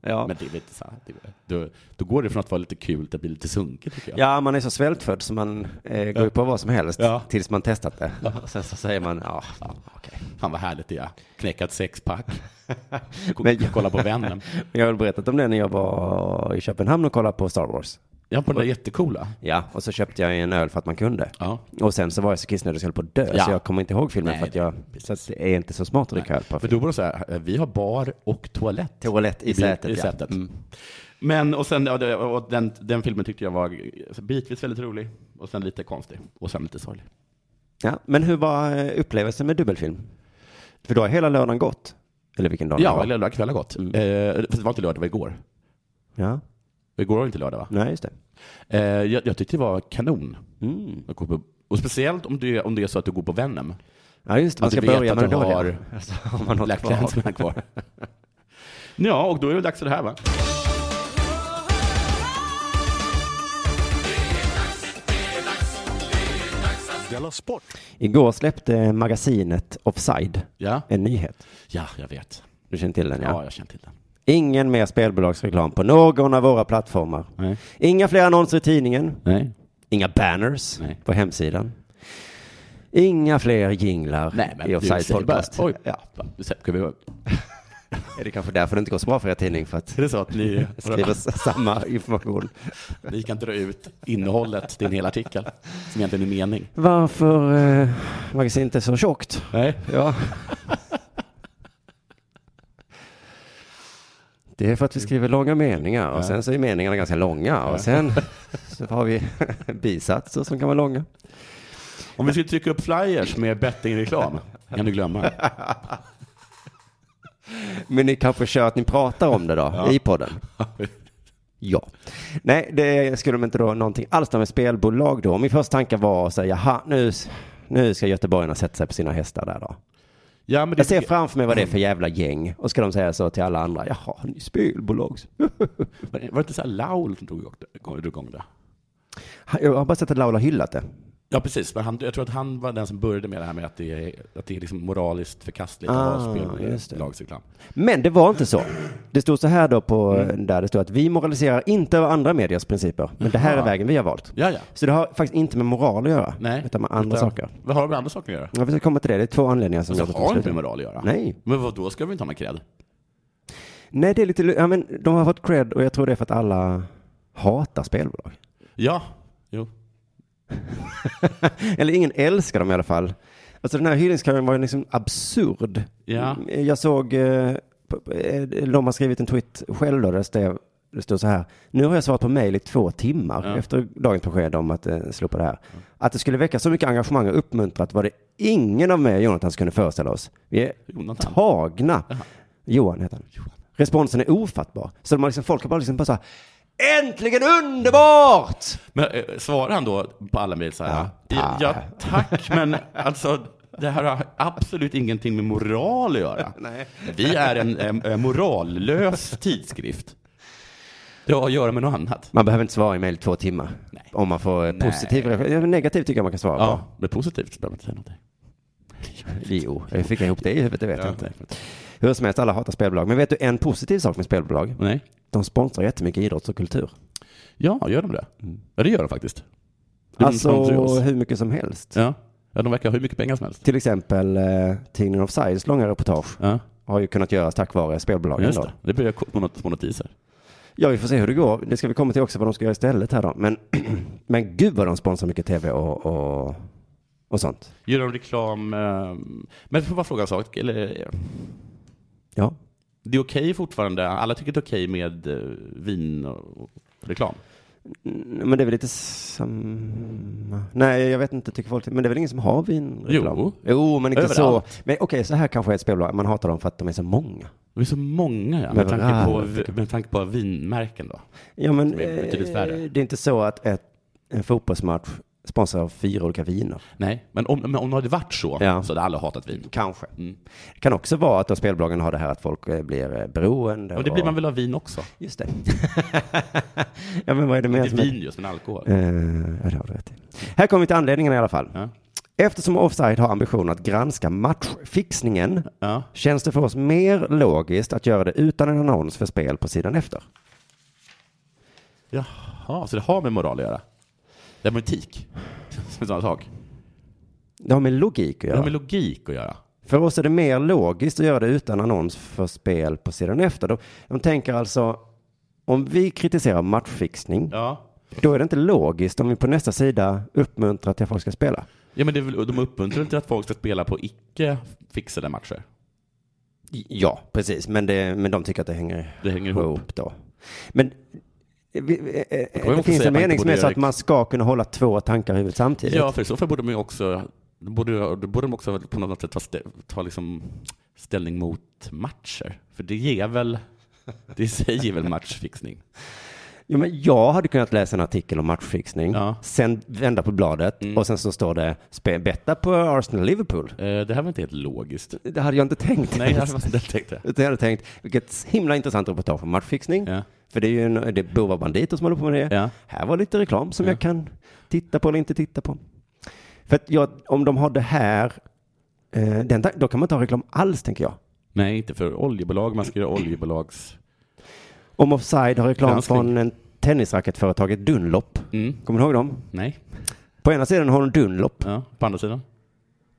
[SPEAKER 1] Ja.
[SPEAKER 3] Men det är lite så här, det, då, då går det från att vara lite kul till att bli lite sunkigt tycker jag.
[SPEAKER 1] Ja, man är så svältfödd så man eh, går ju på vad som helst
[SPEAKER 3] Ja.
[SPEAKER 1] tills man testat det. Och Sen så säger man, ja, fan, okej.
[SPEAKER 3] Fan vad härligt det är. Knäcka ett sexpack.
[SPEAKER 1] [LAUGHS]
[SPEAKER 3] K-
[SPEAKER 1] Men jag-
[SPEAKER 3] Kolla på vännen.
[SPEAKER 1] Jag har väl berättat om det när jag var i Köpenhamn och kollade på Star Wars.
[SPEAKER 3] Ja, på den där jättecoola.
[SPEAKER 1] Ja, och så köpte jag en öl för att man kunde.
[SPEAKER 3] Ja.
[SPEAKER 1] Och sen så var jag så kissnödig så jag höll på att dö,
[SPEAKER 3] Ja.
[SPEAKER 1] så jag kommer inte ihåg filmen
[SPEAKER 3] Nej,
[SPEAKER 1] för att jag, så att det är inte så smart att dricka öl på
[SPEAKER 3] För
[SPEAKER 1] film.
[SPEAKER 3] då var det så här, eh, vi har bar och toalett.
[SPEAKER 1] Toalett i
[SPEAKER 3] bil-
[SPEAKER 1] sätet,
[SPEAKER 3] I
[SPEAKER 1] ja. Mm.
[SPEAKER 3] sätet. Men, och sen, ja, det- och den, den filmen tyckte jag var bitvis väldigt rolig, och sen lite konstig, och sen lite sorglig.
[SPEAKER 1] Ja, men hur var eh, upplevelsen med dubbelfilm? För då har hela lördagen gått. Eller vilken dag det
[SPEAKER 3] Ja,
[SPEAKER 1] var.
[SPEAKER 3] eller lördag kväll har gått.
[SPEAKER 1] Mm.
[SPEAKER 3] Eh, fast det var inte lördag, det var igår.
[SPEAKER 1] Ja,
[SPEAKER 3] Igår var det inte lördag, va?
[SPEAKER 1] nej just det.
[SPEAKER 3] Eh, jag, jag tyckte det var kanon.
[SPEAKER 1] Mm.
[SPEAKER 3] att gå på- Och speciellt om det, om det är så att du går på Venom.
[SPEAKER 1] Ja, just det. Man
[SPEAKER 3] Att
[SPEAKER 1] ska
[SPEAKER 3] du vet
[SPEAKER 1] börja
[SPEAKER 3] att
[SPEAKER 1] med det
[SPEAKER 3] du
[SPEAKER 1] dåliga. [LAUGHS]
[SPEAKER 3] har
[SPEAKER 1] Alltså, har man något
[SPEAKER 3] Black
[SPEAKER 1] kvar.
[SPEAKER 3] Clansman [LAUGHS] kvar. ja, och då är det dags för det här, va?
[SPEAKER 1] Igår släppte magasinet Offside
[SPEAKER 3] Ja,
[SPEAKER 1] en nyhet.
[SPEAKER 3] ja jag vet.
[SPEAKER 1] Du känner till den,
[SPEAKER 3] Ja,
[SPEAKER 1] ja.
[SPEAKER 3] jag känner till den.
[SPEAKER 1] Ingen mer spelbolagsreklam på någon av våra plattformar.
[SPEAKER 3] Nej.
[SPEAKER 1] Inga fler annonser i tidningen.
[SPEAKER 3] Nej.
[SPEAKER 1] Inga banners
[SPEAKER 3] Nej.
[SPEAKER 1] på hemsidan. Inga fler jinglar
[SPEAKER 3] Nej, men
[SPEAKER 1] i
[SPEAKER 3] du
[SPEAKER 1] Offside
[SPEAKER 3] säger bara,
[SPEAKER 1] Podcast.
[SPEAKER 3] oj, ja, va, så kan vi, är
[SPEAKER 1] Är det kanske därför det inte går så bra för er tidning? För att
[SPEAKER 3] det så att [LAUGHS] ni
[SPEAKER 1] skriva samma information.
[SPEAKER 3] Ni kan dra ut innehållet till en hel artikel som egentligen är mening.
[SPEAKER 1] Varför eh, magasinet är så tjockt?
[SPEAKER 3] Nej.
[SPEAKER 1] Ja. [LAUGHS] Det är för att vi skriver långa meningar och sen så är meningarna ganska långa och [LAUGHS] sen så har vi [LAUGHS] bisatser som kan vara långa.
[SPEAKER 3] Om vi skulle trycka upp flyers med bettingreklam, kan du glömma.
[SPEAKER 1] Men ni kanske kör att ni pratar om det då i podden? [LAUGHS] Ja. Nej, det skulle de inte då någonting alls där med spelbolag då. Min första tanke var att säga, jaha, nu, nu ska göteborgarna sätta sig på sina hästar där då.
[SPEAKER 3] Ja, men
[SPEAKER 1] Jag ser
[SPEAKER 3] det,
[SPEAKER 1] framför mig vad det är för jävla gäng och ska de säga så till alla andra, jaha, ni är spelbolag.
[SPEAKER 3] var det inte så här Laul som drog igång- drog igång det?
[SPEAKER 1] Jag har bara sett att Laula har hyllat det.
[SPEAKER 3] Ja, precis. Men han, jag tror att han var den som började med det här med att det är, att det är liksom moraliskt förkastligt att
[SPEAKER 1] Ah,
[SPEAKER 3] ha
[SPEAKER 1] just det.
[SPEAKER 3] spelbolagsreklam.
[SPEAKER 1] Men det var inte så. Det stod så här då på eh,
[SPEAKER 3] Mm.
[SPEAKER 1] där det stod att vi moraliserar inte över andra mediers principer, men det här är vägen vi har valt.
[SPEAKER 3] Ja, ja.
[SPEAKER 1] Så det har faktiskt inte med moral att göra,
[SPEAKER 3] Nej.
[SPEAKER 1] utan med andra
[SPEAKER 3] Utan-
[SPEAKER 1] saker.
[SPEAKER 3] Vad har det med andra saker att göra?
[SPEAKER 1] Ja, vi ska komma till det. Det är två anledningar som
[SPEAKER 3] Det
[SPEAKER 1] gör att de
[SPEAKER 3] Alltså, har inte
[SPEAKER 1] slutar.
[SPEAKER 3] med moral att göra.
[SPEAKER 1] Nej.
[SPEAKER 3] Men vad då ska vi inte ha någon cred?
[SPEAKER 1] Nej, det är lite... lu- Ja, men de har fått cred och jag tror det är för att alla hatar spelbolag.
[SPEAKER 3] Ja, jo.
[SPEAKER 1] Eller ingen älskar dem i alla fall. Alltså den här hyllningskören var ju liksom absurd.
[SPEAKER 3] Ja.
[SPEAKER 1] Jag såg... eh, p- p- eh, De har skrivit en tweet själv då, där det stod- det stod så här. Nu har jag svarat på mejl i två timmar
[SPEAKER 3] Ja.
[SPEAKER 1] efter dagens besked om att eh, slopa det här. Att det skulle väcka så mycket engagemang och uppmuntrat var det ingen av mig och Jonathan kunde föreställa oss. Vi är
[SPEAKER 3] Jonathan.
[SPEAKER 1] tagna. Johan heter han. Responsen är ofattbar. Så de har liksom, folk har bara liksom bara så här, äntligen underbart!
[SPEAKER 3] Men eh, svarar han då på alla mejl så här? Ja, ja, tack, men alltså det här har absolut ingenting med moral
[SPEAKER 1] [LAUGHS]
[SPEAKER 3] att göra. Vi är en eh, morallös tidskrift. Det har att göra med något annat.
[SPEAKER 1] Man behöver inte svara i mejl två timmar.
[SPEAKER 3] Nej.
[SPEAKER 1] Om man får eh, positiv reaktion. Ja, men Negativ tycker jag man kan svara
[SPEAKER 3] Ja, det är positivt. så behöver man inte säga
[SPEAKER 1] på.
[SPEAKER 3] någonting.
[SPEAKER 1] Jo, hur fick jag ihop det i huvudet? Det vet jag inte. Hur som helst, alla hatar spelbolag. Men vet du en positiv sak med spelbolag?
[SPEAKER 3] Nej.
[SPEAKER 1] De sponsrar jättemycket idrott och kultur.
[SPEAKER 3] Ja, gör de det? Ja, det gör de faktiskt. De
[SPEAKER 1] Alltså
[SPEAKER 3] sponsrar ju oss.
[SPEAKER 1] hur mycket som helst.
[SPEAKER 3] Ja. ja, de verkar ha hur mycket pengar som helst.
[SPEAKER 1] Till exempel eh, tidningen Offsides långa reportage
[SPEAKER 3] Ja,
[SPEAKER 1] har ju kunnat göras tack vare spelbolagen.
[SPEAKER 3] just
[SPEAKER 1] Då.
[SPEAKER 3] det. Det blir jag på något- små notiser.
[SPEAKER 1] Ja, vi får se hur det går. Det ska vi komma till också vad de ska göra istället här då. Men, [CLEARS THROAT] men gud vad de sponsrar mycket tv och, och, och sånt.
[SPEAKER 3] Gör de reklam? Eh, men får jag bara fråga en sak? Eller, eh,
[SPEAKER 1] Ja.
[SPEAKER 3] det är okej fortfarande? Alla tycker det är okej med eh, vin och och reklam?
[SPEAKER 1] Mm, Men det är väl lite samma. Nej, jag vet inte, tycker folk. Men det är väl ingen som har vinreklam?
[SPEAKER 3] Jo.
[SPEAKER 1] jo men inte
[SPEAKER 3] Överallt.
[SPEAKER 1] så. Men okej, så här kanske är ett spelbolag. Man hatar dem för att de är så många.
[SPEAKER 3] Det är så många, ja.
[SPEAKER 1] Men
[SPEAKER 3] Med, tanke
[SPEAKER 1] vad
[SPEAKER 3] på,
[SPEAKER 1] är det?
[SPEAKER 3] med tanke på vinmärken då.
[SPEAKER 1] Ja, men
[SPEAKER 3] Som är betydligt
[SPEAKER 1] eh,
[SPEAKER 3] färre.
[SPEAKER 1] det är inte så att ett, en fotbollsmatch sponsrar av fyra olika viner.
[SPEAKER 3] Nej, men om, men om det hade varit så,
[SPEAKER 1] Ja.
[SPEAKER 3] så hade alla hatat vin.
[SPEAKER 1] Kanske.
[SPEAKER 3] Mm.
[SPEAKER 1] Det kan också vara att då spelbolagen har det här att folk eh, blir eh, beroende.
[SPEAKER 3] Och det blir man väl av vin också?
[SPEAKER 1] Just det. [LAUGHS] ja, men vad är det
[SPEAKER 3] Det
[SPEAKER 1] mer
[SPEAKER 3] är
[SPEAKER 1] som är...
[SPEAKER 3] vin just, men alkohol.
[SPEAKER 1] Eh, ja, det har du rätt i. Här kommer vi till anledningen i alla fall.
[SPEAKER 3] Ja.
[SPEAKER 1] Eftersom Offside har ambition att granska matchfixningen
[SPEAKER 3] Ja.
[SPEAKER 1] känns det för oss mer logiskt att göra det utan en annons för spel på sidan efter.
[SPEAKER 3] Jaha, så det har med moral att göra? Det har med etik? [LAUGHS] Som en sån sak?
[SPEAKER 1] Det har med logik att
[SPEAKER 3] Det har
[SPEAKER 1] göra.
[SPEAKER 3] med logik att göra?
[SPEAKER 1] För oss är det mer logiskt att göra det utan annons för spel på sidan efter. De, de tänker alltså, om vi kritiserar matchfixning,
[SPEAKER 3] Ja.
[SPEAKER 1] då är det inte logiskt om vi på nästa sida uppmuntrar till att folk ska spela.
[SPEAKER 3] Ja, men det är väl, de uppmuntrar väl till att folk ska spela på icke fixade matcher?
[SPEAKER 1] Ja, precis. Men, det, men de tycker att det hänger
[SPEAKER 3] Det hänger ihop.
[SPEAKER 1] ihop då. Men eh, vi- eh, eh,
[SPEAKER 3] man
[SPEAKER 1] det
[SPEAKER 3] också
[SPEAKER 1] finns
[SPEAKER 3] säga
[SPEAKER 1] en
[SPEAKER 3] att man
[SPEAKER 1] mening
[SPEAKER 3] inte
[SPEAKER 1] som är
[SPEAKER 3] borde
[SPEAKER 1] så
[SPEAKER 3] göra
[SPEAKER 1] att man ska kunna hålla två tankar i huvudet samtidigt.
[SPEAKER 3] Ja, för i så fall borde de ju också, borde, borde de också på något sätt ta, stä- ta liksom ställning mot matcher. För det ger väl, det säger väl matchfixning?
[SPEAKER 1] Jo, men jag hade kunnat läsa en artikel om matchfixning,
[SPEAKER 3] Ja. Mm.
[SPEAKER 1] sen vända på bladet och sen så står det "Spe- betta på Arsenal-Liverpool.
[SPEAKER 3] Eh, Det här var inte helt logiskt.
[SPEAKER 1] Det hade jag inte tänkt.
[SPEAKER 3] Nej, det här var inte tänkt det.
[SPEAKER 1] [LAUGHS] Utan jag hade tänkt, vilket himla intressant reportage om matchfixning.
[SPEAKER 3] Ja.
[SPEAKER 1] För det är ju en, det är bovar banditer som håller på med det.
[SPEAKER 3] Ja.
[SPEAKER 1] Här var lite reklam som jag kan titta på eller inte titta på. För att jag, om de har det här, eh, den, ta- då kan man inte ha reklam alls tänker jag.
[SPEAKER 3] Nej, inte för oljebolag. Man ska göra oljebolags...
[SPEAKER 1] Om Offside har reklam
[SPEAKER 3] Granskning.
[SPEAKER 1] från en tennisracketföretaget Dunlop.
[SPEAKER 3] Mm.
[SPEAKER 1] Kommer du ihåg dem?
[SPEAKER 3] Nej.
[SPEAKER 1] På ena sidan har de Dunlop.
[SPEAKER 3] Ja, på andra sidan?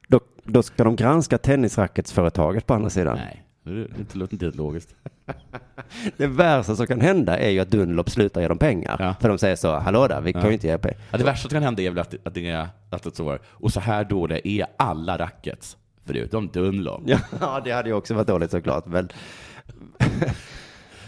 [SPEAKER 1] Då, då ska de granska tennisracketföretaget på andra sidan.
[SPEAKER 3] Nej, det är inte- det låter inte helt logiskt.
[SPEAKER 1] Det värsta som kan hända är ju att Dunlop slutar ge dem pengar.
[SPEAKER 3] Ja.
[SPEAKER 1] För de säger så, hallå där, vi kan ju inte ge pengar. [LAUGHS]
[SPEAKER 3] Ja, det värsta som kan hända är väl att, att det är att det så är. Och så här dåliga är alla rackets, förutom Dunlop.
[SPEAKER 1] Ja, det hade ju också varit dåligt såklart. Men...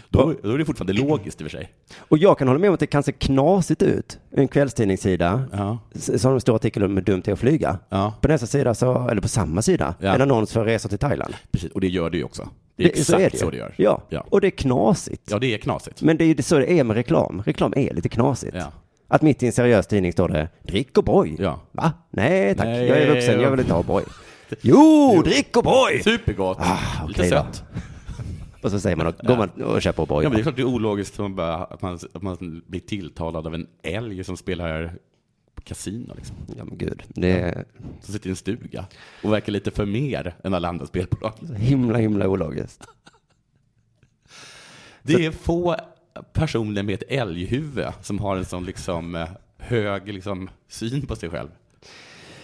[SPEAKER 3] Då, då är det fortfarande logiskt i och för sig.
[SPEAKER 1] Och jag kan hålla med om att det kan se knasigt ut. En kvällstidningssida,
[SPEAKER 3] Ja.
[SPEAKER 1] s- så har de en stor artikel om hur dumt det är att flyga.
[SPEAKER 3] Ja.
[SPEAKER 1] På nästa sida, så, eller på samma sida,
[SPEAKER 3] Ja.
[SPEAKER 1] en annons för resor till Thailand.
[SPEAKER 3] Precis, och det gör det ju också. Det är exakt så,
[SPEAKER 1] ju.
[SPEAKER 3] så det gör.
[SPEAKER 1] Ja.
[SPEAKER 3] Ja.
[SPEAKER 1] och det är knasigt.
[SPEAKER 3] Ja, det är knasigt.
[SPEAKER 1] Men det är ju så det är med reklam. Reklam är lite knasigt.
[SPEAKER 3] Ja.
[SPEAKER 1] Att mitt i en seriös tidning står det drick och boj.
[SPEAKER 3] Ja.
[SPEAKER 1] Va? Nej tack,
[SPEAKER 3] Nej,
[SPEAKER 1] jag är vuxen,
[SPEAKER 3] ja.
[SPEAKER 1] jag vill inte ha boj. Jo, drick och boj!
[SPEAKER 3] Supergott! Lite
[SPEAKER 1] okej då.
[SPEAKER 3] sött.
[SPEAKER 1] Och så säger man, och, går man och köper och boj.
[SPEAKER 3] Ja, men det är klart det är ologiskt att man, bara, att, man, att man blir tilltalad av en älg som spelar på kasino. Liksom.
[SPEAKER 1] Ja, men gud, det är
[SPEAKER 3] Som sitter i en stuga och verkar lite för mer än alla andra spelbolag.
[SPEAKER 1] så himla, himla ologiskt.
[SPEAKER 3] Det är få personer med ett älghuvud som har en sån liksom eh, hög liksom, syn på sig själv.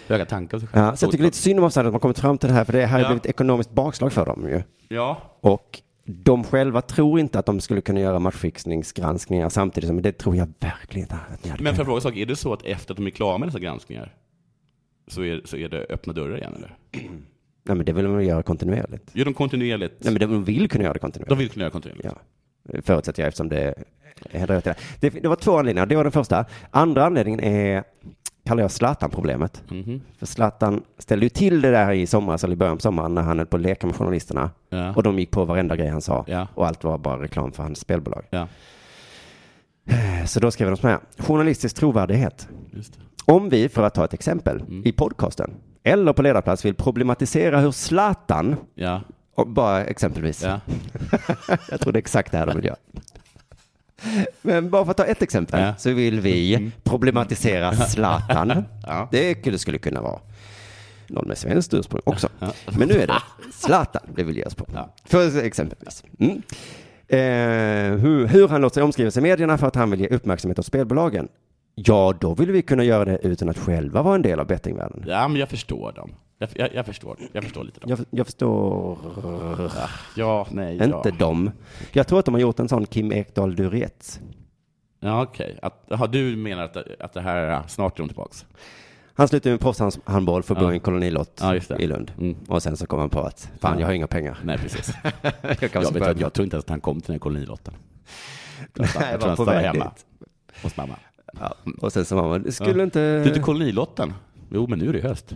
[SPEAKER 3] Höga tankar om sig själv.
[SPEAKER 1] Ja, så jag tycker lite synd om Offside att man kommit fram till det här, för det här har
[SPEAKER 3] Ja.
[SPEAKER 1] blivit ett ekonomiskt bakslag för dem ju.
[SPEAKER 3] Ja,
[SPEAKER 1] Och de själva tror inte att de skulle kunna göra matchfixningsgranskningar samtidigt som, det tror jag verkligen inte att ni hade
[SPEAKER 3] men
[SPEAKER 1] kunnat.
[SPEAKER 3] för att fråga en sak, är det så att efter att de är klara med dessa granskningar så är, så är det öppna dörrar igen eller?
[SPEAKER 1] Nej, men det vill man göra kontinuerligt.
[SPEAKER 3] Gör de kontinuerligt?
[SPEAKER 1] Nej, men de vill kunna göra det kontinuerligt.
[SPEAKER 3] De vill kunna göra kontinuerligt?
[SPEAKER 1] Ja, förutsätter jag eftersom det händer rätt i det. det. Det var två anledningar, det var den första. Andra anledningen är, kallar jag Zlatan-problemet.
[SPEAKER 3] Mhm.
[SPEAKER 1] För Zlatan ställde ju till det där i somras, eller i början på sommaren, när han höll på att leka med journalisterna.
[SPEAKER 3] Ja.
[SPEAKER 1] Och de gick på varenda grej han sa.
[SPEAKER 3] Ja.
[SPEAKER 1] Och allt var bara reklam för hans spelbolag.
[SPEAKER 3] Ja,
[SPEAKER 1] Så då skrev de så här, journalistisk trovärdighet.
[SPEAKER 3] just det.
[SPEAKER 1] Om vi, för att ta ett exempel,
[SPEAKER 3] Mm.
[SPEAKER 1] i podcasten eller på ledarplats vill problematisera hur Zlatan,
[SPEAKER 3] Ja,
[SPEAKER 1] och bara exempelvis,
[SPEAKER 3] ja,
[SPEAKER 1] Jag tror det är exakt det här de vill göra. Men bara för att ta ett exempel
[SPEAKER 3] Ja. Mm.
[SPEAKER 1] så vill vi problematisera Zlatan. Det skulle- skulle kunna vara. någon med svenskt ursprung också. Men nu är det Zlatan det vill ge oss på. För exempelvis. Mm. Eh, hur, hur han låter sig omskrivas i medierna för att han vill ge uppmärksamhet åt spelbolagen. Ja, då vill vi kunna göra det utan att själva vara en del av bettingvärlden.
[SPEAKER 3] Ja, men jag förstår dem. Jag, jag, jag förstår. Jag förstår lite dem.
[SPEAKER 1] Jag, jag förstår
[SPEAKER 3] Ja, nej,
[SPEAKER 1] inte
[SPEAKER 3] ja.
[SPEAKER 1] dem. Jag tror att de har gjort en sån Kim Ekdahl Duretz.
[SPEAKER 3] Ja, okej. Att- jaha, du menar att, det- att det här, ja, snart är de tillbaks?
[SPEAKER 1] Han slutade med proffshandboll för att börja en kolonilott
[SPEAKER 3] Ja, just det.
[SPEAKER 1] i Lund.
[SPEAKER 3] Mm.
[SPEAKER 1] Och sen så kom han på att fan, jag har inga pengar. [LAUGHS]
[SPEAKER 3] Nej, precis.
[SPEAKER 1] Jag kan
[SPEAKER 3] jag,
[SPEAKER 1] också
[SPEAKER 3] vet,
[SPEAKER 1] börja
[SPEAKER 3] att jag tror inte ens att han kom till den
[SPEAKER 1] [LAUGHS]
[SPEAKER 3] här kolonilotten. Jag tror
[SPEAKER 1] Nej,
[SPEAKER 3] han
[SPEAKER 1] var på
[SPEAKER 3] stannade
[SPEAKER 1] väg
[SPEAKER 3] hemma
[SPEAKER 1] dit. Eh.
[SPEAKER 3] hos mamma.
[SPEAKER 1] Ja. Och sen så var man, skulle
[SPEAKER 3] Ja.
[SPEAKER 1] inte...
[SPEAKER 3] Du, inte kolonilotten? Jo, men nu är det
[SPEAKER 1] [LAUGHS]
[SPEAKER 3] höst.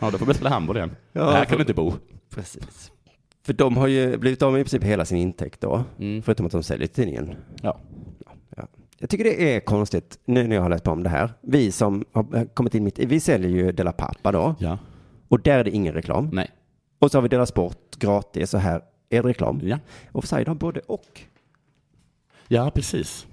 [SPEAKER 3] Ja, då får vi spela handboll igen.
[SPEAKER 1] Ja,
[SPEAKER 3] här
[SPEAKER 1] jag
[SPEAKER 3] kan du inte bo.
[SPEAKER 1] Precis. För de har ju blivit av med i princip hela sin intäkt då.
[SPEAKER 3] Mm.
[SPEAKER 1] Förutom att de säljer tidningen.
[SPEAKER 3] Ja.
[SPEAKER 1] Ja. Jag tycker det är konstigt nu när jag har läst på om det här. Vi som har eh, kommit in mitt i, vi säljer ju Della Pappa då.
[SPEAKER 3] ja.
[SPEAKER 1] Och där är det ingen reklam.
[SPEAKER 3] Nej.
[SPEAKER 1] Och så har vi Della Sport gratis och här är det reklam.
[SPEAKER 3] Ja.
[SPEAKER 1] Offside har både och.
[SPEAKER 3] Ja, precis.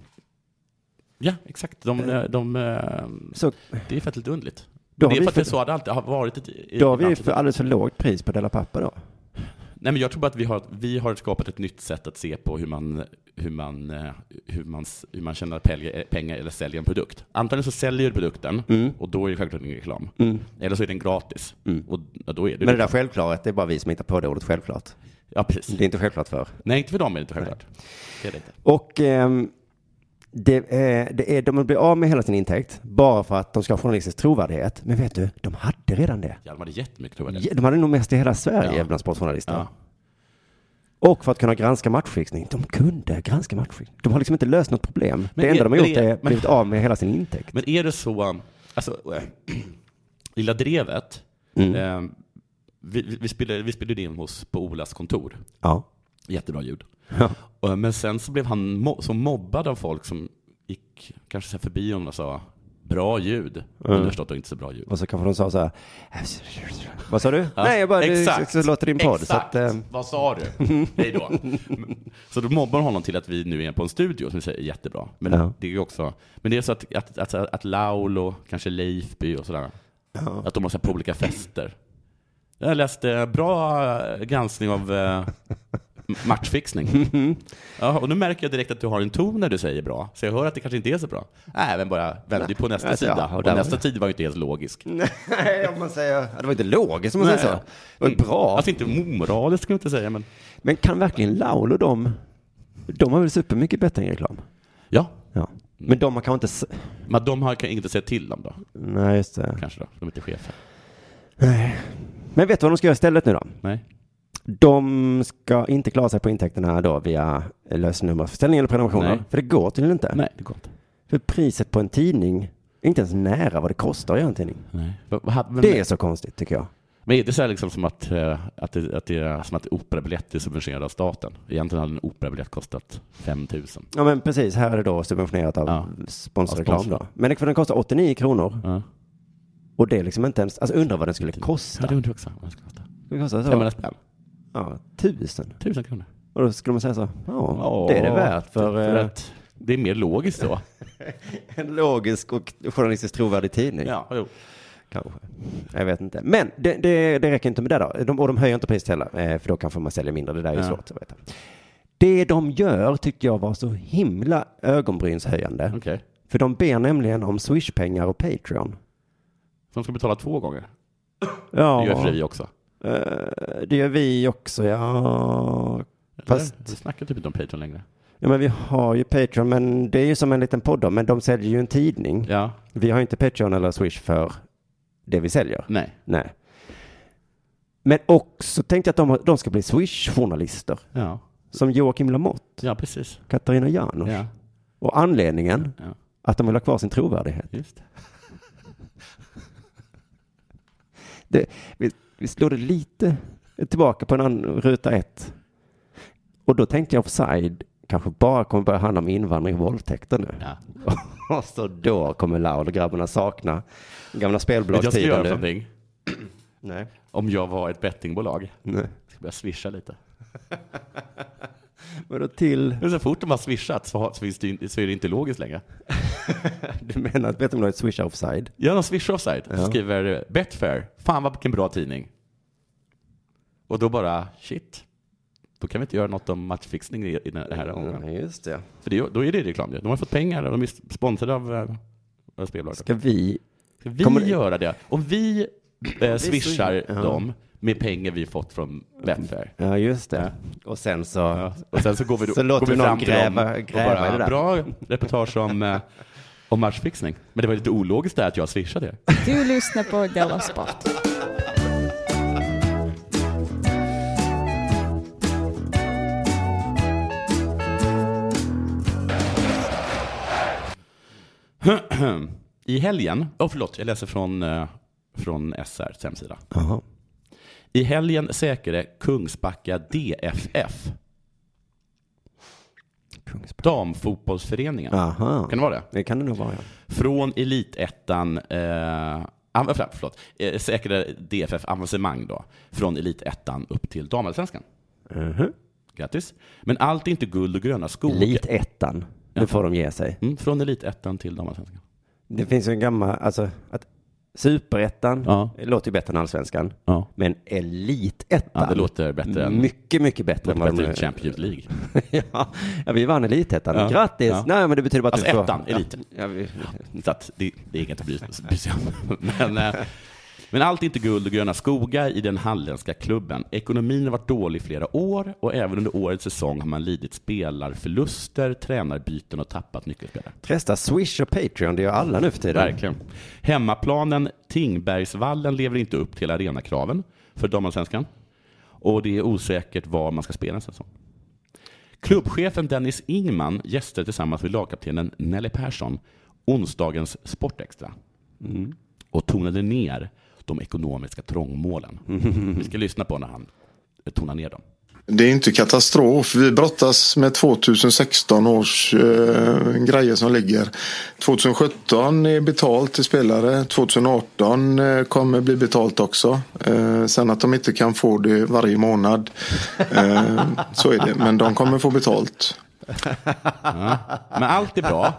[SPEAKER 3] Ja, exakt. De, de, de, eh,
[SPEAKER 1] Så
[SPEAKER 3] det är faktiskt lite underligt.
[SPEAKER 1] Då
[SPEAKER 3] Det
[SPEAKER 1] har
[SPEAKER 3] är
[SPEAKER 1] vi
[SPEAKER 3] för att det är
[SPEAKER 1] för-
[SPEAKER 3] så det alltid har varit. I, i
[SPEAKER 1] då har vi ju
[SPEAKER 3] branschen.
[SPEAKER 1] för alldeles för lågt pris på Della Pappa då.
[SPEAKER 3] Nej, men jag tror bara att vi har, vi har skapat ett nytt sätt att se på hur man, hur man, eh, hur man, s- hur man tjänar pel- pengar eller säljer en produkt. Antingen så säljer du produkten
[SPEAKER 1] Mm.
[SPEAKER 3] och då är det självklart ingen reklam. Eller så är den gratis och ja, då är det
[SPEAKER 1] Men det där självklaret, det är bara vi som hittar på det ordet självklart.
[SPEAKER 3] Ja, precis.
[SPEAKER 1] Det är inte självklart för.
[SPEAKER 3] Nej, inte för dem är det inte självklart. Det är det inte.
[SPEAKER 1] Och ehm, det, eh, det är, de blir av med hela sin intäkt bara för att de ska ha journalistisk trovärdighet. Men vet du, de hade redan det.
[SPEAKER 3] Ja, de hade jättemycket trovärdighet.
[SPEAKER 1] Ja, De hade nog mest i hela Sverige
[SPEAKER 3] Ja.
[SPEAKER 1] bland sportjournalister.
[SPEAKER 3] Ja.
[SPEAKER 1] Och för att kunna granska matchfixning. De kunde granska matchfixning. De har liksom inte löst något problem. det enda
[SPEAKER 3] är-
[SPEAKER 1] de har gjort
[SPEAKER 3] men är-
[SPEAKER 1] är blivit av med hela sin intäkt.
[SPEAKER 3] Men är det så, um, alltså, [CLEARS THROAT] äh, Lilla Drevet,
[SPEAKER 1] Mm.
[SPEAKER 3] eh, vi, vi, vi spelade, vi spelade in hos, på Olas kontor,
[SPEAKER 1] Ja.
[SPEAKER 3] jättebra ljud.
[SPEAKER 1] Ja.
[SPEAKER 3] Och, eh, Men sen så blev han mo- så mobbad av folk som gick kanske så här förbi honom och sa bra ljud, underförstått och inte så bra ljud.
[SPEAKER 1] Och så kanske de sa så här. Vad sa du? Nej, jag bara, exakt. Så, så låter din podd. Så
[SPEAKER 3] Exakt.
[SPEAKER 1] att, eh,
[SPEAKER 3] Vad sa
[SPEAKER 1] [LAUGHS]
[SPEAKER 3] du? Hej då. Så då mobbar honom till att vi nu är på en studio som vi säger är jättebra. Men
[SPEAKER 1] Ja.
[SPEAKER 3] det är ju också, men det är så att, att, att, att Laulo, kanske Leifby och sådär, att de har så här på olika fester. Jag läste bra eh, granskning
[SPEAKER 1] [LAUGHS]
[SPEAKER 3] av eh, m- matchfixning. Ja, och nu märker jag direkt att du har en ton när du säger bra, så jag hör att det kanske inte är så bra. Nej, men bara vänd dig på nästa
[SPEAKER 1] Ja,
[SPEAKER 3] sida.
[SPEAKER 1] och
[SPEAKER 3] och
[SPEAKER 1] där-
[SPEAKER 3] nästa tid var ju inte helt logisk.
[SPEAKER 1] nej, om man säger. Ja, Det var inte logiskt om man säger så. Det var ju bra.
[SPEAKER 3] Alltså inte omoraliskt kan jag inte säga, men
[SPEAKER 1] Men kan verkligen Laul och dem, de har väl supermycket bättre än reklam?
[SPEAKER 3] ja.
[SPEAKER 1] Ja. Men de har kanske inte... s-
[SPEAKER 3] Men de har kan inte sett till dem då,
[SPEAKER 1] Nej, just det.
[SPEAKER 3] kanske då. De är inte chefer.
[SPEAKER 1] Men vet du vad de ska göra istället nu då?
[SPEAKER 3] Nej.
[SPEAKER 1] De ska inte klara sig på intäkterna då via lösnummerförsäljning eller prenumerationer.
[SPEAKER 3] Nej.
[SPEAKER 1] För det går tydligen inte.
[SPEAKER 3] Nej, det går inte.
[SPEAKER 1] För priset på en tidning är inte ens nära vad det kostar att göra en tidning.
[SPEAKER 3] Nej. Vad- vad hade- Men,
[SPEAKER 1] Det är så konstigt tycker jag.
[SPEAKER 3] men är det så här liksom som att, eh, att, det, att det är som att operabiljetter är subventionerade av staten? Egentligen hade en operabiljett kostat 5 000.
[SPEAKER 1] Ja men precis, här är det då subventionerat av
[SPEAKER 3] Ja.
[SPEAKER 1] sponsorreklam
[SPEAKER 3] Av sponsor.
[SPEAKER 1] då. Men det- för den kostar 89 kronor.
[SPEAKER 3] Ja.
[SPEAKER 1] Och det är liksom inte ens, alltså undrar vad den skulle
[SPEAKER 3] Typ. Ja,
[SPEAKER 1] kosta.
[SPEAKER 3] det undrar jag också. Vad ska det kosta?
[SPEAKER 1] Det kostar så,
[SPEAKER 3] 500 spänn?
[SPEAKER 1] ja, tusen.
[SPEAKER 3] 1000 kronor?
[SPEAKER 1] Och då skulle man säga så, ja, det är det värt för,
[SPEAKER 3] för
[SPEAKER 1] eh,
[SPEAKER 3] att det är mer logiskt då.
[SPEAKER 1] en logisk och journalistiskt trovärdig tidning.
[SPEAKER 3] [LAUGHS] ja, jo.
[SPEAKER 1] Kanske. Jag vet inte. Men det, det, det räcker inte med det då. De, och de höjer inte priset heller, eh, för då kanske man säljer mindre. Det där är ju
[SPEAKER 3] Ja.
[SPEAKER 1] svårt att veta. Det de gör tyckte jag var så himla ögonbrynshöjande.
[SPEAKER 3] Okej.
[SPEAKER 1] För de ber nämligen om Swish-pengar och Patreon.
[SPEAKER 3] Så de ska betala två gånger?
[SPEAKER 1] Ja,
[SPEAKER 3] Det gör för vi också.
[SPEAKER 1] eh, det gör vi också. Ja. Fast-
[SPEAKER 3] Eller? Vi snackar typ inte om Patreon längre.
[SPEAKER 1] ja, men vi har ju Patreon, men det är ju som en liten podd då, men de säljer ju en tidning.
[SPEAKER 3] Ja.
[SPEAKER 1] Vi har ju inte Patreon eller Swish för det vi säljer.
[SPEAKER 3] Nej.
[SPEAKER 1] Nej. Men också tänkte jag att de, har- de ska bli Swish-journalister.
[SPEAKER 3] Ja.
[SPEAKER 1] Som Joakim Lamotte,
[SPEAKER 3] Ja, precis.
[SPEAKER 1] Katarina Janouch.
[SPEAKER 3] Ja.
[SPEAKER 1] Och anledningen
[SPEAKER 3] Ja.
[SPEAKER 1] att de vill ha kvar sin trovärdighet.
[SPEAKER 3] Just det.
[SPEAKER 1] Det, vi, vi slår det lite tillbaka på en annan, ruta ett. Och då tänkte jag offside kanske bara kommer börja handla om invandring och våldtäkter nu.
[SPEAKER 3] Ja.
[SPEAKER 1] [LAUGHS] Och så då kommer Laul och grabbarna sakna gamla
[SPEAKER 3] Men jag ska göra
[SPEAKER 1] spelbolagstiden. nu.
[SPEAKER 3] någonting.
[SPEAKER 1] Nej.
[SPEAKER 3] Om jag var ett bettingbolag.
[SPEAKER 1] Nej.
[SPEAKER 3] Jag ska börja swisha lite.
[SPEAKER 1] Vadå till?
[SPEAKER 3] Men Så fort de har swishat så, har- så, finns det, ju inte- så är det inte logiskt längre.
[SPEAKER 1] Du menar att Betterman har ett swish offside?
[SPEAKER 3] Ja, de swishar offside.
[SPEAKER 1] Ja.
[SPEAKER 3] Så skriver eh, Betfair, fan vad vilken bra tidning. Och då bara, shit. Då kan vi inte göra något om matchfixning i, i den
[SPEAKER 1] Mm.
[SPEAKER 3] här omgången.
[SPEAKER 1] just det.
[SPEAKER 3] För det, är ju- då är det reklam ju. De har fått pengar och de är sponsrade av eh, av spelbolaget.
[SPEAKER 1] Ska vi?
[SPEAKER 3] Ska vi
[SPEAKER 1] Kommer det-
[SPEAKER 3] göra det? Om vi eh, swishar
[SPEAKER 1] swishar, ja.
[SPEAKER 3] dem med pengar vi fått från Betfair.
[SPEAKER 1] Ja, just det. Och sen så?
[SPEAKER 3] Ja. Alltså, Och sen så går vi, då,
[SPEAKER 1] Så låter
[SPEAKER 3] går vi
[SPEAKER 1] vi någon
[SPEAKER 3] fram till
[SPEAKER 1] gräva-
[SPEAKER 3] dem och
[SPEAKER 1] gräva
[SPEAKER 3] bara,
[SPEAKER 1] i det där.
[SPEAKER 3] Bra reportage om, eh, om matchfixning. Men det var lite ologiskt där att jag swishade er.
[SPEAKER 4] Du lyssnar på Della Sport.
[SPEAKER 3] I helgen, oh, förlåt, jag läser från, eh, från SRs hemsida.
[SPEAKER 1] Jaha.
[SPEAKER 3] I helgen säkrade Kungsbacka DFF,
[SPEAKER 1] Kungsberg.
[SPEAKER 3] damfotbollsföreningen.
[SPEAKER 1] Aha.
[SPEAKER 3] Kan det vara det?
[SPEAKER 1] Det kan det nog vara, ja.
[SPEAKER 3] Från elitettan, eh, ah, förlåt, förlåt, eh, säkrade DFF avancemang då, från elitettan upp till damallsvenskan.
[SPEAKER 1] Mhm.
[SPEAKER 3] Grattis. Men allt är inte guld och gröna skogar.
[SPEAKER 1] Elitettan. Nu får de ge sig.
[SPEAKER 3] Mm, från elitettan till damallsvenskan.
[SPEAKER 1] Det finns ju en gammal, alltså att superettan
[SPEAKER 3] Ja.
[SPEAKER 1] låter ju bättre än allsvenskan.
[SPEAKER 3] Ja.
[SPEAKER 1] Men elitettan.
[SPEAKER 3] ja, det låter bättre än,
[SPEAKER 1] Mycket, mycket bättre
[SPEAKER 3] låter bättre än
[SPEAKER 1] de-
[SPEAKER 3] Champions League.
[SPEAKER 1] [LAUGHS] ja, ja, vi vann elitettan.
[SPEAKER 3] Ja.
[SPEAKER 1] Grattis!
[SPEAKER 3] Ja.
[SPEAKER 1] Nej, men det betyder bara att
[SPEAKER 3] Alltså
[SPEAKER 1] du
[SPEAKER 3] ettan,
[SPEAKER 1] ja.
[SPEAKER 3] eliten.
[SPEAKER 1] Ja, vi...
[SPEAKER 3] Så att det, det är inget att bry, bry sig om. Men, eh, men allt är inte guld och gröna skogar i den halländska klubben. Ekonomin har varit dålig i flera år och även under årets säsong har man lidit spelarförluster, tränarbyten och tappat nyckelspelare.
[SPEAKER 1] Testa Swish och Patreon, det gör alla nu för tiden.
[SPEAKER 3] Verkligen. Hemmaplanen Tingbergsvallen lever inte upp till arenakraven för damallsvenskan. Och det är osäkert var man ska spela nästa säsong. Klubbchefen Dennis Ingman gäster tillsammans med lagkaptenen Nelly Persson onsdagens Sportextra och tonade ner de ekonomiska trångmålen. Vi ska lyssna på när han tonar ner dem.
[SPEAKER 2] Det är inte katastrof. Vi brottas med 2016 års eh, grejer som ligger. 2017 är betalt till spelare. 2018 eh, kommer bli betalt också. Eh, sen att de inte kan få det varje månad. Eh, så är det. Men de kommer få betalt.
[SPEAKER 3] Men allt är bra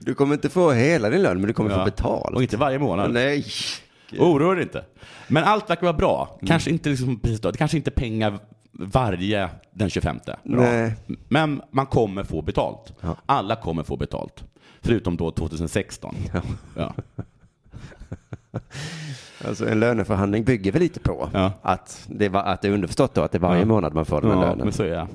[SPEAKER 1] Du kommer inte få hela din lön, men du kommer få
[SPEAKER 3] Ja.
[SPEAKER 1] betalt.
[SPEAKER 3] och inte varje månad.
[SPEAKER 1] Nej. Eh,
[SPEAKER 3] Oroa dig inte. Men allt verkar vara bra.
[SPEAKER 1] Mm.
[SPEAKER 3] Kanske inte liksom precis då. Det kanske inte är pengar varje den 25. Bra.
[SPEAKER 1] Nej.
[SPEAKER 3] Men man kommer få betalt. Alla kommer få betalt. Förutom
[SPEAKER 1] [LAUGHS]
[SPEAKER 3] då 2016. Ja. Ja.
[SPEAKER 1] Alltså en löneförhandling bygger väl lite på
[SPEAKER 3] Ja.
[SPEAKER 1] att, det var, att det är underförstått då att det är varje
[SPEAKER 3] Ja.
[SPEAKER 1] månad man får den här lönen. Mm.
[SPEAKER 3] men så är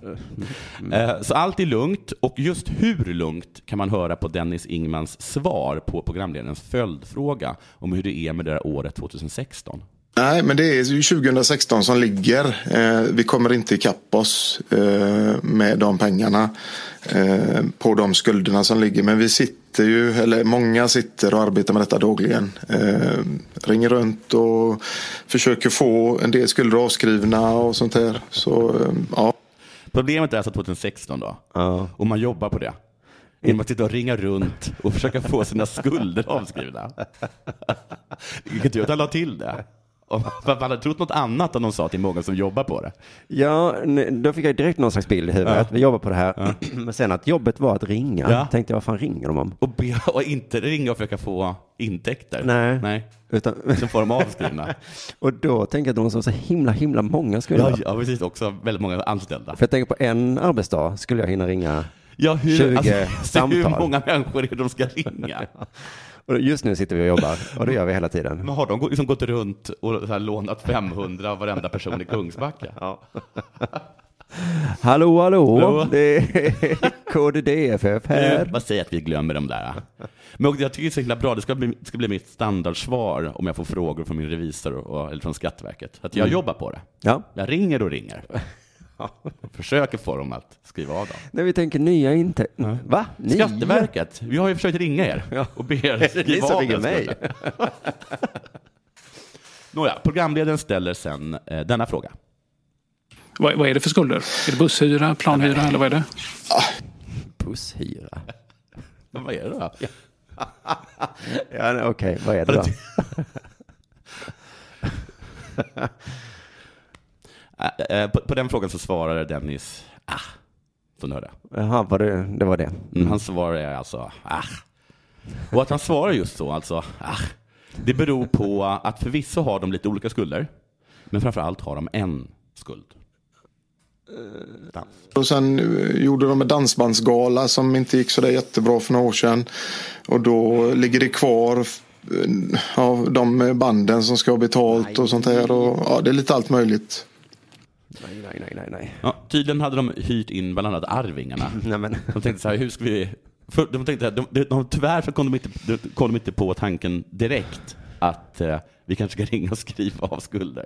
[SPEAKER 3] jag. Eh, Så allt är lugnt och just hur lugnt kan man höra på Dennis Ingmans svar på programledarens följdfråga om hur det är med det här året 2016.
[SPEAKER 2] Nej, men det är ju 2016 som ligger. Eh, vi kommer inte ikapp oss eh, med de pengarna eh, på de skulderna som ligger. Men vi sitter ju, eller många sitter och arbetar med detta dagligen. Eh, ringer runt och försöker få en del skulder avskrivna och sånt där. Så eh, ja.
[SPEAKER 3] Problemet är alltså 2016 då.
[SPEAKER 1] Ja.
[SPEAKER 3] Och man jobbar på det. Genom att sitta och ringa runt och försöka få sina skulder avskrivna. Vilken tur att han la till det. Om- För man hade trott något annat om de sa till många som jobbar på det.
[SPEAKER 1] Ja, n- då fick jag direkt någon slags bild i huvudet. Vi jobbar på det här. [CLEARS THROAT] Men sen att jobbet var att ringa.
[SPEAKER 3] Ja.
[SPEAKER 1] Tänkte jag, vad fan ringer de om?
[SPEAKER 3] Och, be, och inte ringa och försöka få intäkter.
[SPEAKER 1] Nej.
[SPEAKER 3] Nej.
[SPEAKER 1] Utan, [LAUGHS]
[SPEAKER 3] Så får de avskrivna.
[SPEAKER 1] och då tänker jag att de var så himla, himla många skulle
[SPEAKER 3] Ja,
[SPEAKER 1] vara.
[SPEAKER 3] ja, precis. Också väldigt många anställda.
[SPEAKER 1] För jag tänker på en arbetsdag skulle jag hinna ringa.
[SPEAKER 3] Ja, hur,
[SPEAKER 1] 20
[SPEAKER 3] alltså, hur
[SPEAKER 1] samtal.
[SPEAKER 3] många människor är det de ska ringa?
[SPEAKER 1] Och just nu sitter vi och jobbar och det gör vi hela tiden.
[SPEAKER 3] Men har de gå- liksom gått runt och så här lånat 500 av varenda person i Kungsbacka?
[SPEAKER 1] [LAUGHS] Hallå, hallå,
[SPEAKER 3] Hallå.
[SPEAKER 1] det är KDDFF här.
[SPEAKER 3] Vad säger Eh, att vi glömmer de där? Men jag tycker det är så himla bra, det ska bli, det ska bli mitt standardsvar om jag får frågor från min revisor och, eller från Skatteverket. Att jag jobbar på det.
[SPEAKER 1] Ja,
[SPEAKER 3] Jag ringer och ringer. Försöker få dem att skriva av dem.
[SPEAKER 1] när vi tänker nya inte. Va? Nya?
[SPEAKER 3] Skatteverket, vi har ju försökt ringa er och be er
[SPEAKER 1] Det är ni
[SPEAKER 3] skriva
[SPEAKER 1] som
[SPEAKER 3] av
[SPEAKER 1] ringer
[SPEAKER 3] den
[SPEAKER 1] mig.
[SPEAKER 3] skulden. Nåja, programledaren ställer sen eh, denna fråga.
[SPEAKER 5] Vad, vad är det för skulder? Är det busshyra, planhyra eller vad är det?
[SPEAKER 1] Pusshyra.
[SPEAKER 3] Men Vad är det då?
[SPEAKER 1] Ja, nej, okej, vad är det
[SPEAKER 3] [LAUGHS]
[SPEAKER 1] då?
[SPEAKER 3] Eh, eh, På, på den frågan så svarar Dennis Får ni höra.
[SPEAKER 1] Jaha, var det, det var det.
[SPEAKER 3] Mm. Hans svar är alltså ah. Och att han svarar just så, alltså ah, det beror på att förvisso har de lite olika skulder, men framför allt har de en skuld.
[SPEAKER 2] Och sen eh, gjorde de en dansbandsgala som inte gick så där jättebra för några år sedan. Och då ligger det kvar eh, ja, de banden som ska ha betalt och sånt här. Och, ja, det är lite allt möjligt.
[SPEAKER 1] Nej, nej, nej, nej, nej.
[SPEAKER 3] Ja, tydligen hade de hyrt in bland annat Arvingarna.
[SPEAKER 1] Nej, men. [LAUGHS]
[SPEAKER 3] De tänkte så här, hur ska vi... För de tänkte, de, de, de, tyvärr så kom de, inte, de, kom de inte på tanken direkt att eh, vi kanske ska ringa och skriva av skulder.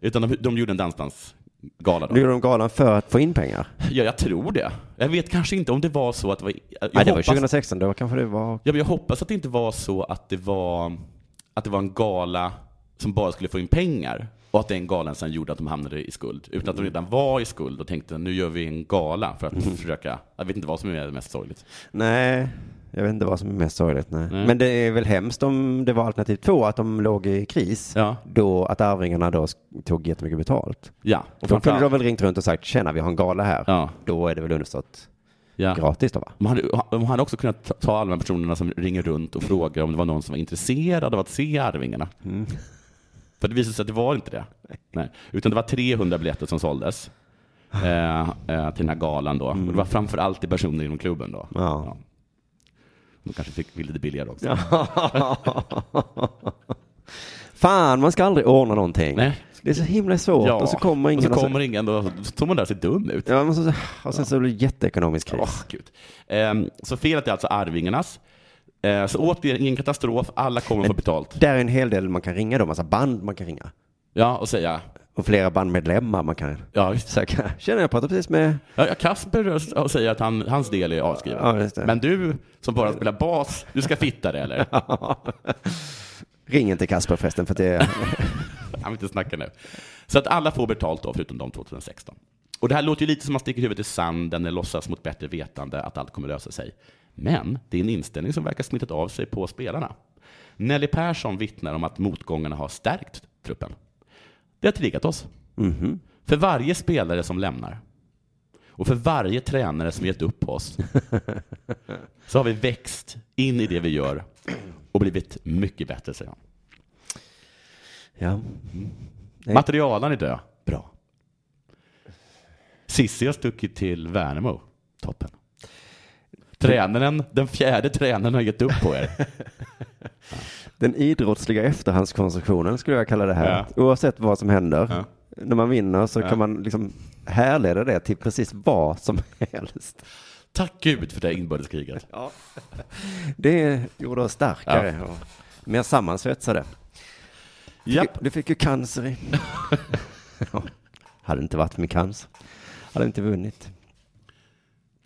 [SPEAKER 3] Utan de, de gjorde en dansbandsgala då.
[SPEAKER 1] Nu gjorde de galan för att få in pengar.
[SPEAKER 3] Ja, jag tror det. Jag vet kanske inte om det var så att det var... Jag,
[SPEAKER 1] nej, det var ju
[SPEAKER 3] hoppas-
[SPEAKER 1] 2016, då kanske det var...
[SPEAKER 3] Ja, men jag hoppas att det inte var så att det var, att det var en gala som bara skulle få in pengar och att den galan sen gjorde att de hamnade i skuld. Utan att de redan var i skuld och tänkte nu gör vi en gala för att
[SPEAKER 1] Mm.
[SPEAKER 3] försöka, jag vet inte vad som är mest sorgligt.
[SPEAKER 1] Nej, jag vet inte vad som är mest sorgligt. Nej. Men det är väl hemskt om det var alternativ två, att de låg i kris.
[SPEAKER 3] Ja.
[SPEAKER 1] Då, att Arvingarna då sk- tog jättemycket betalt.
[SPEAKER 3] Ja,
[SPEAKER 1] Och då
[SPEAKER 3] och
[SPEAKER 1] kunde de
[SPEAKER 3] framförallt-
[SPEAKER 1] väl ringt runt och sagt, tjena, vi har en gala här.
[SPEAKER 3] Ja.
[SPEAKER 1] Då är det väl understått
[SPEAKER 3] ja.
[SPEAKER 1] gratis då, va?
[SPEAKER 3] Man hade, man hade också kunnat ta- ta alla de här personerna som ringer runt och frågar om det var någon som var intresserad av att se Arvingarna.
[SPEAKER 1] Mm.
[SPEAKER 3] För det visade sig att det var inte det. Nej. Utan det var 300 biljetter som såldes eh, eh, till den här galan då. Och det var framförallt till personer inom klubben då.
[SPEAKER 1] Mm. Ja.
[SPEAKER 3] De kanske fick bli lite billigare också.
[SPEAKER 1] Fan, man ska aldrig ordna någonting.
[SPEAKER 3] Nej.
[SPEAKER 1] Det är så himla svårt och så kommer ingen.
[SPEAKER 3] Och så kommer ingen och så står man där och ser dum ut.
[SPEAKER 1] Ja, men så, och sen så blir det jätteekonomisk kris.
[SPEAKER 3] Åh, Gud. Ehm, så felet är alltså Arvingarnas. Eh, så återigen, ingen katastrof. Alla kommer få betalt.
[SPEAKER 1] Där är en hel del man kan ringa då, massa band man kan ringa.
[SPEAKER 3] Ja, och säga.
[SPEAKER 1] Och flera bandmedlemmar man kan [LAUGHS]
[SPEAKER 3] Ja, just
[SPEAKER 1] söka. Känner jag pratar precis med...
[SPEAKER 3] Ja, ja, Kasper och säger att han, hans del är avskriven.
[SPEAKER 1] Ja, just det.
[SPEAKER 3] Men du som bara spelar bas, du ska fitta det eller?
[SPEAKER 1] Ring inte Kasper förresten för att det är...
[SPEAKER 3] [LAUGHS] Jag vill inte snacka nu. Så att alla får betalt då, förutom de 2016. Och det här låter ju lite som att man sticker huvudet i sanden eller låtsas mot bättre vetande att allt kommer lösa sig. Men det är en inställning som verkar smittat av sig på spelarna. Nelly Persson vittnar om att motgångarna har stärkt truppen. Det har triggat oss. För varje spelare som lämnar och för varje tränare som gett upp på oss så har vi växt in i det vi gör och blivit mycket bättre, säger han.
[SPEAKER 1] Ja. Nej.
[SPEAKER 3] Materialen är död. Bra. Sissi har stuckit till Värnamo. Toppen. Tränaren, den fjärde tränaren har gett upp på er.
[SPEAKER 1] Den idrottsliga efterhandskonstruktionen skulle jag kalla det här.
[SPEAKER 3] Ja.
[SPEAKER 1] Oavsett vad som händer.
[SPEAKER 3] Ja.
[SPEAKER 1] När man vinner så kan man liksom härleda det till precis vad som [LAUGHS] helst.
[SPEAKER 3] [LAUGHS] Tack Gud för det här inbördeskriget.
[SPEAKER 1] Det gjorde oss starkare och mer sammansvetsade.
[SPEAKER 3] Japp.
[SPEAKER 1] Du fick ju cancer
[SPEAKER 3] [LAUGHS]
[SPEAKER 1] i. ja. Hade det inte varit min cancer. Hade inte vunnit.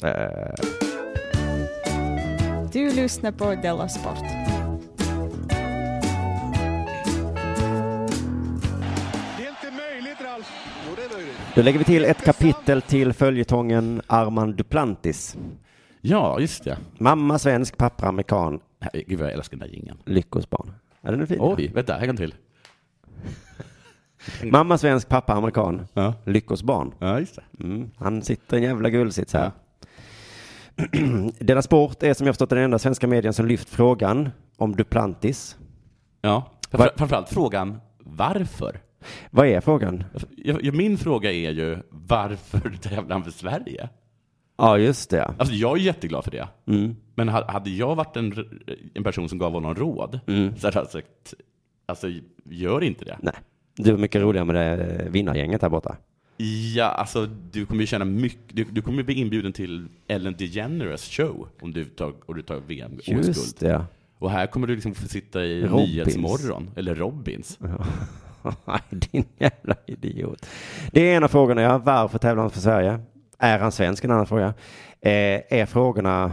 [SPEAKER 1] Eh,
[SPEAKER 4] Du lyssnar på Della Sport.
[SPEAKER 1] Då lägger vi till ett kapitel till följetongen Armand Duplantis.
[SPEAKER 3] Ja, just det.
[SPEAKER 1] Mamma svensk, pappa amerikan,
[SPEAKER 3] Nej, Gud vad jag älskar den där jingeln.
[SPEAKER 1] lyckos barn. Är den fin?
[SPEAKER 3] Oj, vänta, här kan till.
[SPEAKER 1] Mamma svensk, pappa amerikan,
[SPEAKER 3] Ja.
[SPEAKER 1] lyckos barn.
[SPEAKER 3] Ja, just det.
[SPEAKER 1] Mm. Han sitter i en jävla guldsits här.
[SPEAKER 3] Ja.
[SPEAKER 1] [CLEARS THROAT] Denna sport är som jag förstått den enda svenska medien som lyft frågan om Duplantis.
[SPEAKER 3] Ja.
[SPEAKER 1] Var-
[SPEAKER 3] Framför- Framförallt frågan varför?
[SPEAKER 1] Vad är frågan?
[SPEAKER 3] Jag- jag- Min fråga är ju varför tävlar han för Sverige?
[SPEAKER 1] Ja, just det.
[SPEAKER 3] Alltså jag är jätteglad för det.
[SPEAKER 1] Mm.
[SPEAKER 3] Men ha- hade jag varit en, r- en person som gav honom råd
[SPEAKER 1] Mm.
[SPEAKER 3] så hade jag sagt, alltså gör inte det.
[SPEAKER 1] Nej. Du är mycket roligare med det eh, vinnargänget här borta.
[SPEAKER 3] Ja, alltså du kommer ju känna mycket, du, du kommer ju bli inbjuden till Ellen DeGeneres show om du tar, och du tar VM
[SPEAKER 1] Just
[SPEAKER 3] oskuld.
[SPEAKER 1] [LAUGHS] det.
[SPEAKER 3] Och här kommer du liksom få sitta i
[SPEAKER 1] Robins.
[SPEAKER 3] Nyhetsmorgon, eller Robins.
[SPEAKER 1] Nej, Din jävla idiot. Det är en av frågorna, ja. Varför tävlar han för Sverige? Är han svensk? En annan fråga. Eh, är frågorna...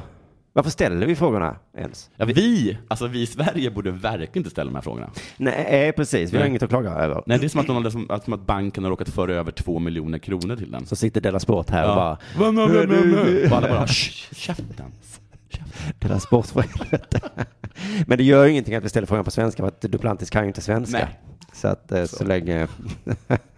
[SPEAKER 1] Varför ställer vi frågorna ens?
[SPEAKER 3] Ja, vi, alltså vi i Sverige borde verkligen inte ställa de här frågorna.
[SPEAKER 1] Nej, eh, precis. Vi har
[SPEAKER 3] Nej.
[SPEAKER 1] inget att klaga över.
[SPEAKER 3] Nej, det är som att, de, har- som, att, som att banken har råkat föra över två miljoner kronor till den.
[SPEAKER 1] Så sitter Della Sport här och bara...
[SPEAKER 3] Vad nu, nu, nu, nu. Och alla bara, "Shh, käften.
[SPEAKER 1] Dela Sport för helvete. [LAUGHS] Men det gör ju ingenting att vi ställer frågan på svenska för att Duplantis kan ju inte svenska.
[SPEAKER 3] Nej.
[SPEAKER 1] Så att eh, så, länge... [LAUGHS]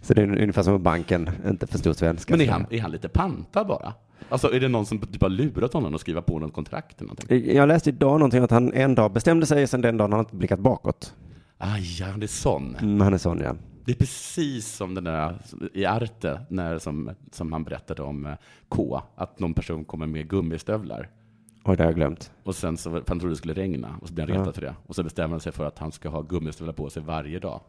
[SPEAKER 1] så det är ungefär som om banken inte förstod svenska.
[SPEAKER 3] Men är han, är han lite pantad bara? Alltså är det någon som typ har lurat honom att skriva på något kontrakt eller någonting?
[SPEAKER 1] Eh, Jag läste idag någonting att han en dag bestämde sig, sen den dagen har han inte blickat bakåt.
[SPEAKER 3] Aj, han är sån.
[SPEAKER 1] Mm, han är sån ja.
[SPEAKER 3] Det är precis som den där i Arte, när, som, som han berättade om eh, K, att någon person kommer med gummistövlar.
[SPEAKER 1] Oj, det har jag glömt.
[SPEAKER 3] Och sen så, för han trodde det skulle regna, och så blev han retad för det. Och så bestämde han sig för att han ska ha gummistövlar på sig varje dag.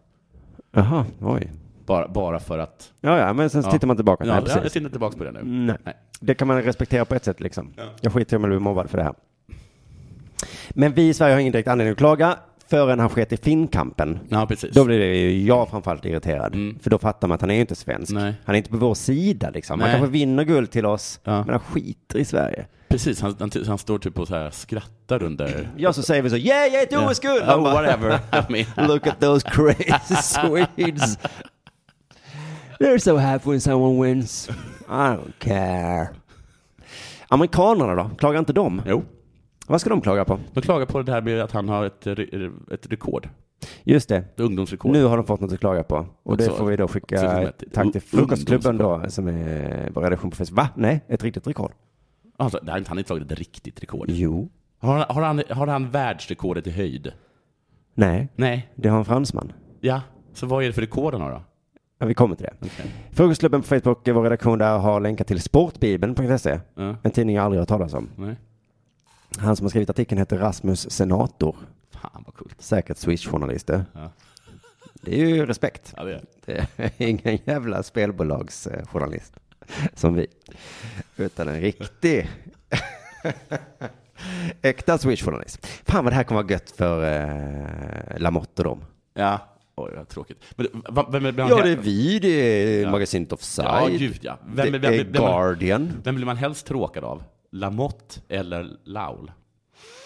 [SPEAKER 1] Jaha, oj.
[SPEAKER 3] Bara, bara för att...
[SPEAKER 1] Ja, ja, men sen så tittar man tillbaka.
[SPEAKER 3] Ja,
[SPEAKER 1] Nej,
[SPEAKER 3] jag, jag
[SPEAKER 1] precis.
[SPEAKER 3] tittar tillbaka på det nu.
[SPEAKER 1] Nej. Det kan man respektera på ett sätt liksom. Jag skiter i om jag blir mobbad för det här. Men vi i Sverige har ingen direkt anledning att klaga förrän han sket i Finnkampen.
[SPEAKER 3] Ja, precis.
[SPEAKER 1] Då blir det ju jag framförallt irriterad. För då fattar man att han är ju inte svensk.
[SPEAKER 3] Mm. Nej.
[SPEAKER 1] Han är inte på vår sida liksom. Han
[SPEAKER 3] Nej.
[SPEAKER 1] kanske vinner guld till oss,
[SPEAKER 3] Ja.
[SPEAKER 1] men han skiter i Sverige.
[SPEAKER 3] Precis, han, han, han står typ och så här skrattar under...
[SPEAKER 1] Ja, så säger vi så, yeah, yeah, it was good!
[SPEAKER 3] [LAUGHS] Ja,
[SPEAKER 1] Han bara, [LAUGHS]
[SPEAKER 3] whatever. I mean,
[SPEAKER 1] Look at those [LAUGHS] crazy Swedes. They're so happy when someone wins. I don't care. Amerikanerna då? Klagar inte de?
[SPEAKER 3] jo.
[SPEAKER 1] Vad ska de klaga på?
[SPEAKER 3] De klagar på det här med att han har ett, re- ett rekord.
[SPEAKER 1] Just det.
[SPEAKER 3] Ett ungdomsrekord.
[SPEAKER 1] Nu har de fått något att klaga på. Och det
[SPEAKER 3] Så-
[SPEAKER 1] får vi då
[SPEAKER 3] så som
[SPEAKER 1] skicka
[SPEAKER 3] ett
[SPEAKER 1] ett tack till Frukostklubben då, som är vår redaktion på Facebook. Va? Nej, ett riktigt rekord.
[SPEAKER 3] Alltså, det här, han har inte slagit ett riktigt rekord.
[SPEAKER 1] Jo.
[SPEAKER 3] Har han, har, han, har han världsrekordet i höjd?
[SPEAKER 1] Nej,
[SPEAKER 3] Nej.
[SPEAKER 1] det har en fransman.
[SPEAKER 3] Ja. Så vad är det för rekord han har då?
[SPEAKER 1] Ja, vi kommer till det. Frukostklubben på Facebook, vår redaktion där, har länkar till sportbibeln.se.
[SPEAKER 3] Ja.
[SPEAKER 1] E. En tidning jag aldrig har hört talas om.
[SPEAKER 3] Nej.
[SPEAKER 1] Han som har skrivit artikeln heter Rasmus Senator.
[SPEAKER 3] Fan vad coolt.
[SPEAKER 1] Säkert Swish-journalister.
[SPEAKER 3] Ja.
[SPEAKER 1] Det är ju respekt.
[SPEAKER 3] Ja, det är.
[SPEAKER 1] Det är ingen jävla spelbolagsjournalist som vi. Utan en riktig [LAUGHS] äkta Swish-journalist. Fan vad det här kommer vara gött för eh, Lamotte och dem.
[SPEAKER 3] Ja. Oj, vad tråkigt. Men, va, vem, vem, vem,
[SPEAKER 1] Ja, det är vi, det är Magasinet
[SPEAKER 3] Ja,
[SPEAKER 1] Offside.
[SPEAKER 3] gud ja. Vem, vem,
[SPEAKER 1] det är
[SPEAKER 3] vem, vem,
[SPEAKER 1] Guardian.
[SPEAKER 3] vem blir man helst tråkad av? Lamotte eller Laul?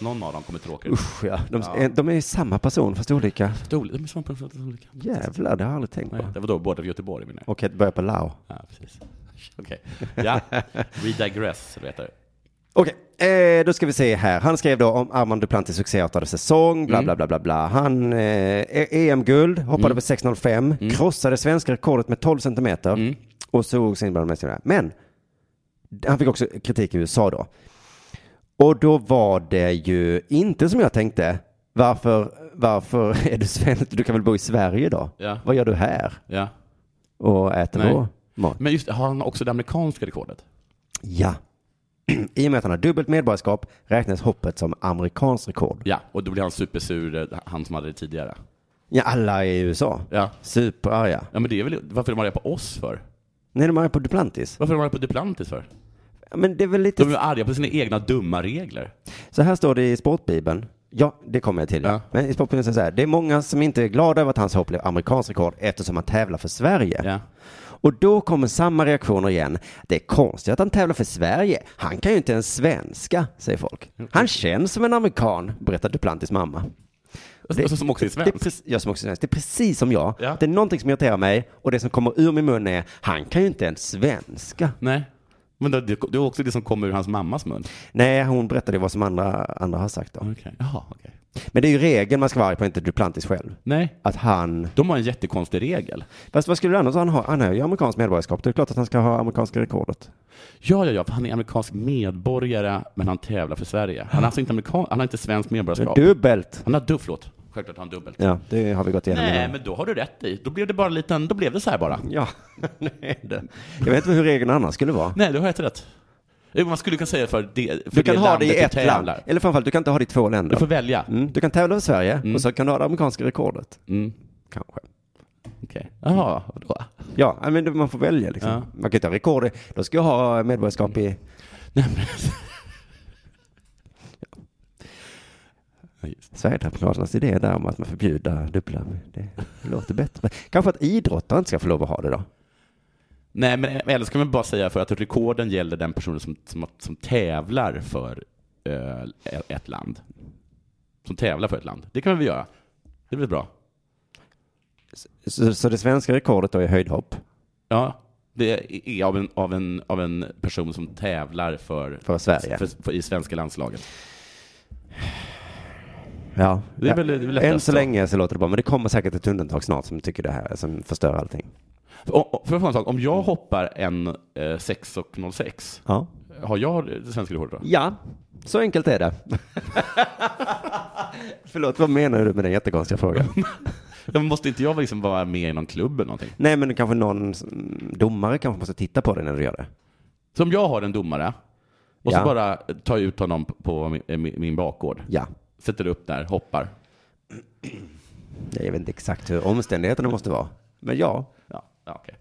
[SPEAKER 3] Någon av dem kommer tråka ut.
[SPEAKER 1] Usch ja, de, de är ju samma person fast olika.
[SPEAKER 3] De är som på något sätt olika.
[SPEAKER 1] Jävlar, det har jag aldrig tänkt på.
[SPEAKER 3] Nej, Det var då båda i Göteborg menar jag.
[SPEAKER 1] Okej, det börjar på Lao.
[SPEAKER 3] Ja, precis. [LAUGHS] Okej. Ja. We digress, vet du.
[SPEAKER 1] Okej, eh, då ska vi se här. Han skrev då om Armand Duplantis succéartade säsong, bla bla bla bla bla. Han eh, EM-guld, hoppade på 6,05, krossade svenska rekordet med 12 centimeter och såg sin bland de mest Men han fick också kritik i USA då. Och då var det ju inte som jag tänkte. Varför, varför [LAUGHS] är du svensk? Du kan väl bo i Sverige då?
[SPEAKER 3] Ja.
[SPEAKER 1] Vad gör du här
[SPEAKER 3] Ja.
[SPEAKER 1] och äter
[SPEAKER 3] Nej.
[SPEAKER 1] vår mat?
[SPEAKER 3] Men just har han också det amerikanska rekordet?
[SPEAKER 1] Ja. I och med att han har dubbelt medborgarskap räknas hoppet som amerikanskt rekord.
[SPEAKER 3] Ja, och då blir han supersur, eh, han som hade det tidigare.
[SPEAKER 1] Ja, alla är i USA.
[SPEAKER 3] Ja.
[SPEAKER 1] Superarga.
[SPEAKER 3] Ja, men det är väl, varför är de arga på oss för?
[SPEAKER 1] Nej, de är på Duplantis.
[SPEAKER 3] Varför är de arga på Duplantis för?
[SPEAKER 1] Men det är väl lite...
[SPEAKER 3] De är arga på sina egna dumma regler.
[SPEAKER 1] Så här står det i Sportbibeln. Ja, det kommer jag till.
[SPEAKER 3] Ja.
[SPEAKER 1] Men i Sportbibeln så här. Det är många som inte är glada över att hans hopp blev amerikanskt rekord eftersom han tävlar för Sverige.
[SPEAKER 3] Ja.
[SPEAKER 1] Och då kommer samma reaktioner igen. Det är konstigt att han tävlar för Sverige. Han kan ju inte ens svenska, säger folk.
[SPEAKER 3] Mm.
[SPEAKER 1] Han känns som en amerikan, berättar Duplantis mamma.
[SPEAKER 3] Och så- som också är
[SPEAKER 1] Det är,
[SPEAKER 3] svensk.
[SPEAKER 1] precis, jag som också är svensk. Det är precis som jag.
[SPEAKER 3] Ja.
[SPEAKER 1] Det är någonting som irriterar mig och det som kommer ur min mun är han kan ju inte ens svenska.
[SPEAKER 3] Nej. Men det, det är också det som kommer ur hans mammas mun.
[SPEAKER 1] Nej, hon berättade vad som andra, andra har sagt då.
[SPEAKER 3] Okej. Jaha, okej.
[SPEAKER 1] Men det är ju regeln man ska vara arg på, inte Duplantis själv.
[SPEAKER 3] Nej.
[SPEAKER 1] Att han...
[SPEAKER 3] De har en jättekonstig regel.
[SPEAKER 1] Fast vad skulle du annars ha? Han har, han har ju amerikanskt medborgarskap. Det är klart att han ska ha amerikanska rekordet.
[SPEAKER 3] Ja, ja, ja, för han är amerikansk medborgare, men han tävlar för Sverige. Han är alltså inte amerikan, han har inte svenskt medborgarskap.
[SPEAKER 1] Dubbelt!
[SPEAKER 3] Han har dubbelt, förlåt. Självklart har han dubbelt.
[SPEAKER 1] Ja, det har vi gått igenom.
[SPEAKER 3] Nej,
[SPEAKER 1] innan.
[SPEAKER 3] men då har du rätt i. Då blev det bara en liten, då blev det så här bara.
[SPEAKER 1] Ja, [LAUGHS] nu är det. Jag vet inte hur regeln annars skulle vara.
[SPEAKER 3] Nej, du har helt rätt. Jo, Man skulle kunna säga för det för
[SPEAKER 1] Du kan
[SPEAKER 3] det
[SPEAKER 1] ha det i
[SPEAKER 3] landet du
[SPEAKER 1] ett land.
[SPEAKER 3] tävlar.
[SPEAKER 1] Eller framförallt, du kan inte ha det i två
[SPEAKER 3] Du får
[SPEAKER 1] länder.
[SPEAKER 3] välja.
[SPEAKER 1] Mm, du kan tävla för Sverige och så kan du ha det amerikanska rekordet.
[SPEAKER 3] Mm.
[SPEAKER 1] Kanske.
[SPEAKER 3] Okej. Jaha, vadå?
[SPEAKER 1] Ja, men det- man får välja liksom.
[SPEAKER 3] Ja.
[SPEAKER 1] Man kan ju inte ha rekord. i- Då ska jag ha medborgarskap i...
[SPEAKER 3] Nej, men... Ja, just.
[SPEAKER 1] Sverigedemokraternas idé där om att man förbjuder dubbla, det låter bättre. Kanske att idrottare inte ska få lov att ha det då?
[SPEAKER 3] Nej, men eller ska man bara säga för att rekorden gäller den personen som, som, som tävlar för eh, ett land. Som tävlar för ett land. Det kan vi väl göra. Det blir bra.
[SPEAKER 1] Så, så det svenska rekordet då är höjdhopp?
[SPEAKER 3] Ja. Det är av en, av en, av en person som tävlar för,
[SPEAKER 1] För Sverige.
[SPEAKER 3] för, för, i svenska landslaget.
[SPEAKER 1] Ja.
[SPEAKER 3] Det är väl- det är väl lättast
[SPEAKER 1] Än så
[SPEAKER 3] då.
[SPEAKER 1] länge så låter det bra, men det kommer säkert ett undantag snart som tycker det här, som förstör allting.
[SPEAKER 3] Och, och, för att få en sak, om jag hoppar en eh, 6,06,
[SPEAKER 1] Ja.
[SPEAKER 3] har jag det svenska rekordet då?
[SPEAKER 1] Ja, så enkelt är det. [LAUGHS] Förlåt, vad menar du med den jättekonstiga
[SPEAKER 3] [LAUGHS]
[SPEAKER 1] frågan?
[SPEAKER 3] Ja, men Måste inte jag liksom vara med i någon klubb eller någonting?
[SPEAKER 1] Nej, men kanske någon mm, domare kanske måste titta på det när du gör det.
[SPEAKER 3] Så om jag har en domare och
[SPEAKER 1] Ja.
[SPEAKER 3] så bara tar ut honom på min, eh, min- min bakgård,
[SPEAKER 1] Ja,
[SPEAKER 3] sätter upp där, hoppar.
[SPEAKER 1] jag vet inte exakt hur omständigheterna måste vara. Men ja.
[SPEAKER 3] Ja, ja, okej.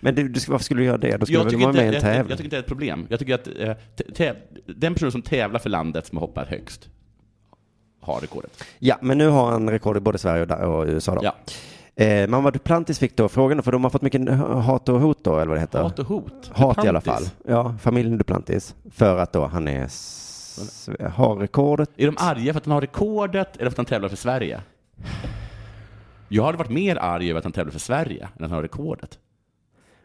[SPEAKER 1] Men du, du, ska- varför skulle du göra det? Då skulle
[SPEAKER 3] Jag
[SPEAKER 1] du väl
[SPEAKER 3] tycker,
[SPEAKER 1] vara
[SPEAKER 3] inte,
[SPEAKER 1] med i
[SPEAKER 3] jag,
[SPEAKER 1] en
[SPEAKER 3] jag, jag
[SPEAKER 1] tävling?
[SPEAKER 3] tycker inte det är ett problem. Jag tycker att eh, tä- täv- den person som tävlar för landet som har hoppat högst har rekordet.
[SPEAKER 1] Ja, men nu har han rekord i både Sverige och, da- och USA då.
[SPEAKER 3] Ja.
[SPEAKER 1] Eh, Mamma Duplantis fick då frågan, för de har fått mycket hat och hot då, eller vad det heter.
[SPEAKER 3] Hat och hot.
[SPEAKER 1] Hat i alla fall.
[SPEAKER 3] Duplantis.
[SPEAKER 1] Ja, familjen Duplantis. För att då han är, s- har rekordet.
[SPEAKER 3] Är de arga för att han har rekordet eller för att han tävlar för Sverige? Jag hade varit mer arg över att han tävlar för Sverige än att han har rekordet.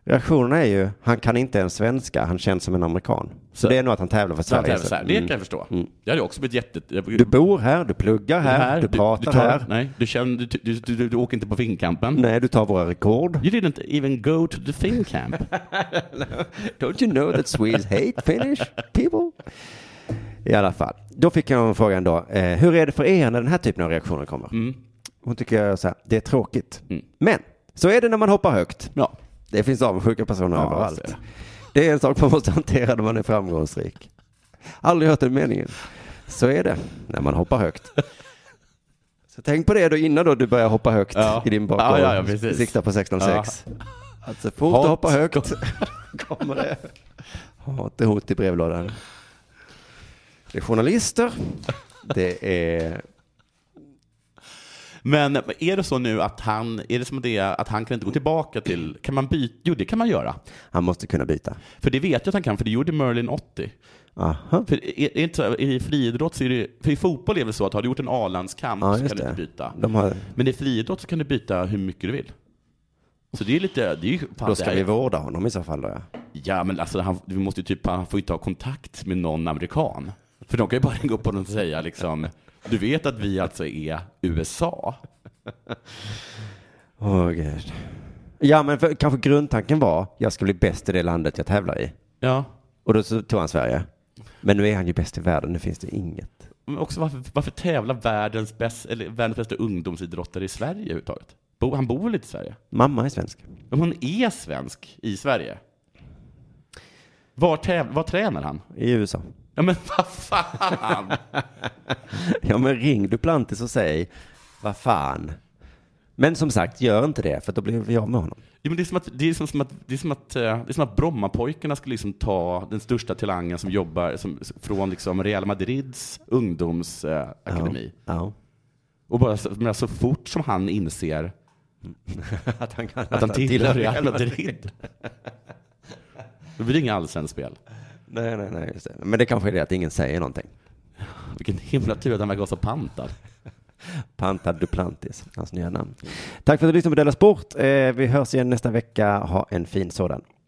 [SPEAKER 1] Reaktionen är ju, han kan inte ens svenska, han känns som en amerikan. Så,
[SPEAKER 3] Så-
[SPEAKER 1] det är nog att han tävlar för
[SPEAKER 3] Så han
[SPEAKER 1] Sverige.
[SPEAKER 3] tävlar för Sverige. Det
[SPEAKER 1] Mm.
[SPEAKER 3] kan jag förstå. Jag hade också blivit jätte...
[SPEAKER 1] Du bor här, du pluggar här, du, pratar
[SPEAKER 3] tar,
[SPEAKER 1] här. Nej.
[SPEAKER 3] Nej, du, känner, du, du, du, du, du åker inte på finkampen.
[SPEAKER 1] du tar våra rekord.
[SPEAKER 3] You didn't even go to the
[SPEAKER 1] [LAUGHS]
[SPEAKER 3] fin camp.
[SPEAKER 1] Don't you know that Swedes hate Finnish people? I alla fall. Då fick jag en fråga en dag, eh, hur är det för er när den här typen av reaktioner kommer? Hon tycker så här, det är tråkigt. Men, så är det när man hoppar högt.
[SPEAKER 3] ja.
[SPEAKER 1] Det finns avundsjuka personer
[SPEAKER 3] Ja,
[SPEAKER 1] överallt.
[SPEAKER 3] så är det.
[SPEAKER 1] Det är en sak man måste hantera när man är framgångsrik. Aldrig hört den meningen. Så är det när man hoppar högt. Så tänk på det då innan då du börjar hoppa högt
[SPEAKER 3] Ja.
[SPEAKER 1] i din bakgård.
[SPEAKER 3] Ja, ja, ja, precis.
[SPEAKER 1] Sikta på 16,6. Att så fort
[SPEAKER 3] Hat.
[SPEAKER 1] du hoppar högt [LAUGHS] kommer det hat och hot i brevlådan. Det är journalister. Det är...
[SPEAKER 3] Men är det så nu att han, är det som det är att han kan inte gå tillbaka till, kan man byta? Jo, det kan man göra.
[SPEAKER 1] Han måste kunna byta.
[SPEAKER 3] För det vet jag att han kan, för det gjorde Merlin 80.
[SPEAKER 1] Aha.
[SPEAKER 3] För är, är inte så, i friidrott så är det, för i fotboll är det väl så att har du gjort en A-landskamp
[SPEAKER 1] Ja,
[SPEAKER 3] så
[SPEAKER 1] just
[SPEAKER 3] kan du
[SPEAKER 1] det.
[SPEAKER 3] inte byta.
[SPEAKER 1] De har...
[SPEAKER 3] Men i friidrott så kan du byta hur mycket du vill. Så det är lite, det är ju, fan,
[SPEAKER 1] Då ska
[SPEAKER 3] det här-
[SPEAKER 1] vi vårda honom i så fall då, ja.
[SPEAKER 3] Ja, men alltså han, vi måste ju typ, han får ju inte ha kontakt med någon amerikan. För de kan ju bara [LAUGHS] gå upp på honom och säga liksom, du vet att vi alltså är USA?
[SPEAKER 1] Åh gud. Ja men för, kanske grundtanken var jag ska bli bäst i det landet jag tävlar i.
[SPEAKER 3] Ja.
[SPEAKER 1] Och då så tog han Sverige. Men nu är han ju bäst i världen, nu finns det inget.
[SPEAKER 3] Men också varför, varför tävlar världens, bäst, eller världens bästa ungdomsidrottare i Sverige överhuvudtaget? Bo, han bor väl inte i Sverige?
[SPEAKER 1] Mamma är svensk.
[SPEAKER 3] Men hon är svensk i Sverige. Var, täv, var tränar han?
[SPEAKER 1] I USA.
[SPEAKER 3] Ja men [LAUGHS] vad fan!
[SPEAKER 1] Ja men ring Duplantis och säg vad fan. Men som sagt, gör inte det för då blir vi av med honom.
[SPEAKER 3] Jo, men det är som att, det är som, som att, det är som att, eh, det är som att Brommapojkarna skulle liksom ta den största talangen som jobbar som, från liksom Real Madrids ungdomsakademi.
[SPEAKER 1] Ja.
[SPEAKER 3] Och bara så, men så fort som han inser
[SPEAKER 1] Mm. [LAUGHS] Att han, kan,
[SPEAKER 3] att han tillhör Real Madrid. [LAUGHS] Då blir det inga allsvenskt spel.
[SPEAKER 1] [LAUGHS] Nej, nej, nej. Just det. Men det kanske är det att ingen säger någonting.
[SPEAKER 3] Vilken himla tur att han verkar vara så alltså. pantad.
[SPEAKER 1] Pantad Duplantis, hans nya namn. Tack för att du lyssnade på Della Sport. Eh, vi hörs igen nästa vecka. Ha en fin sådan.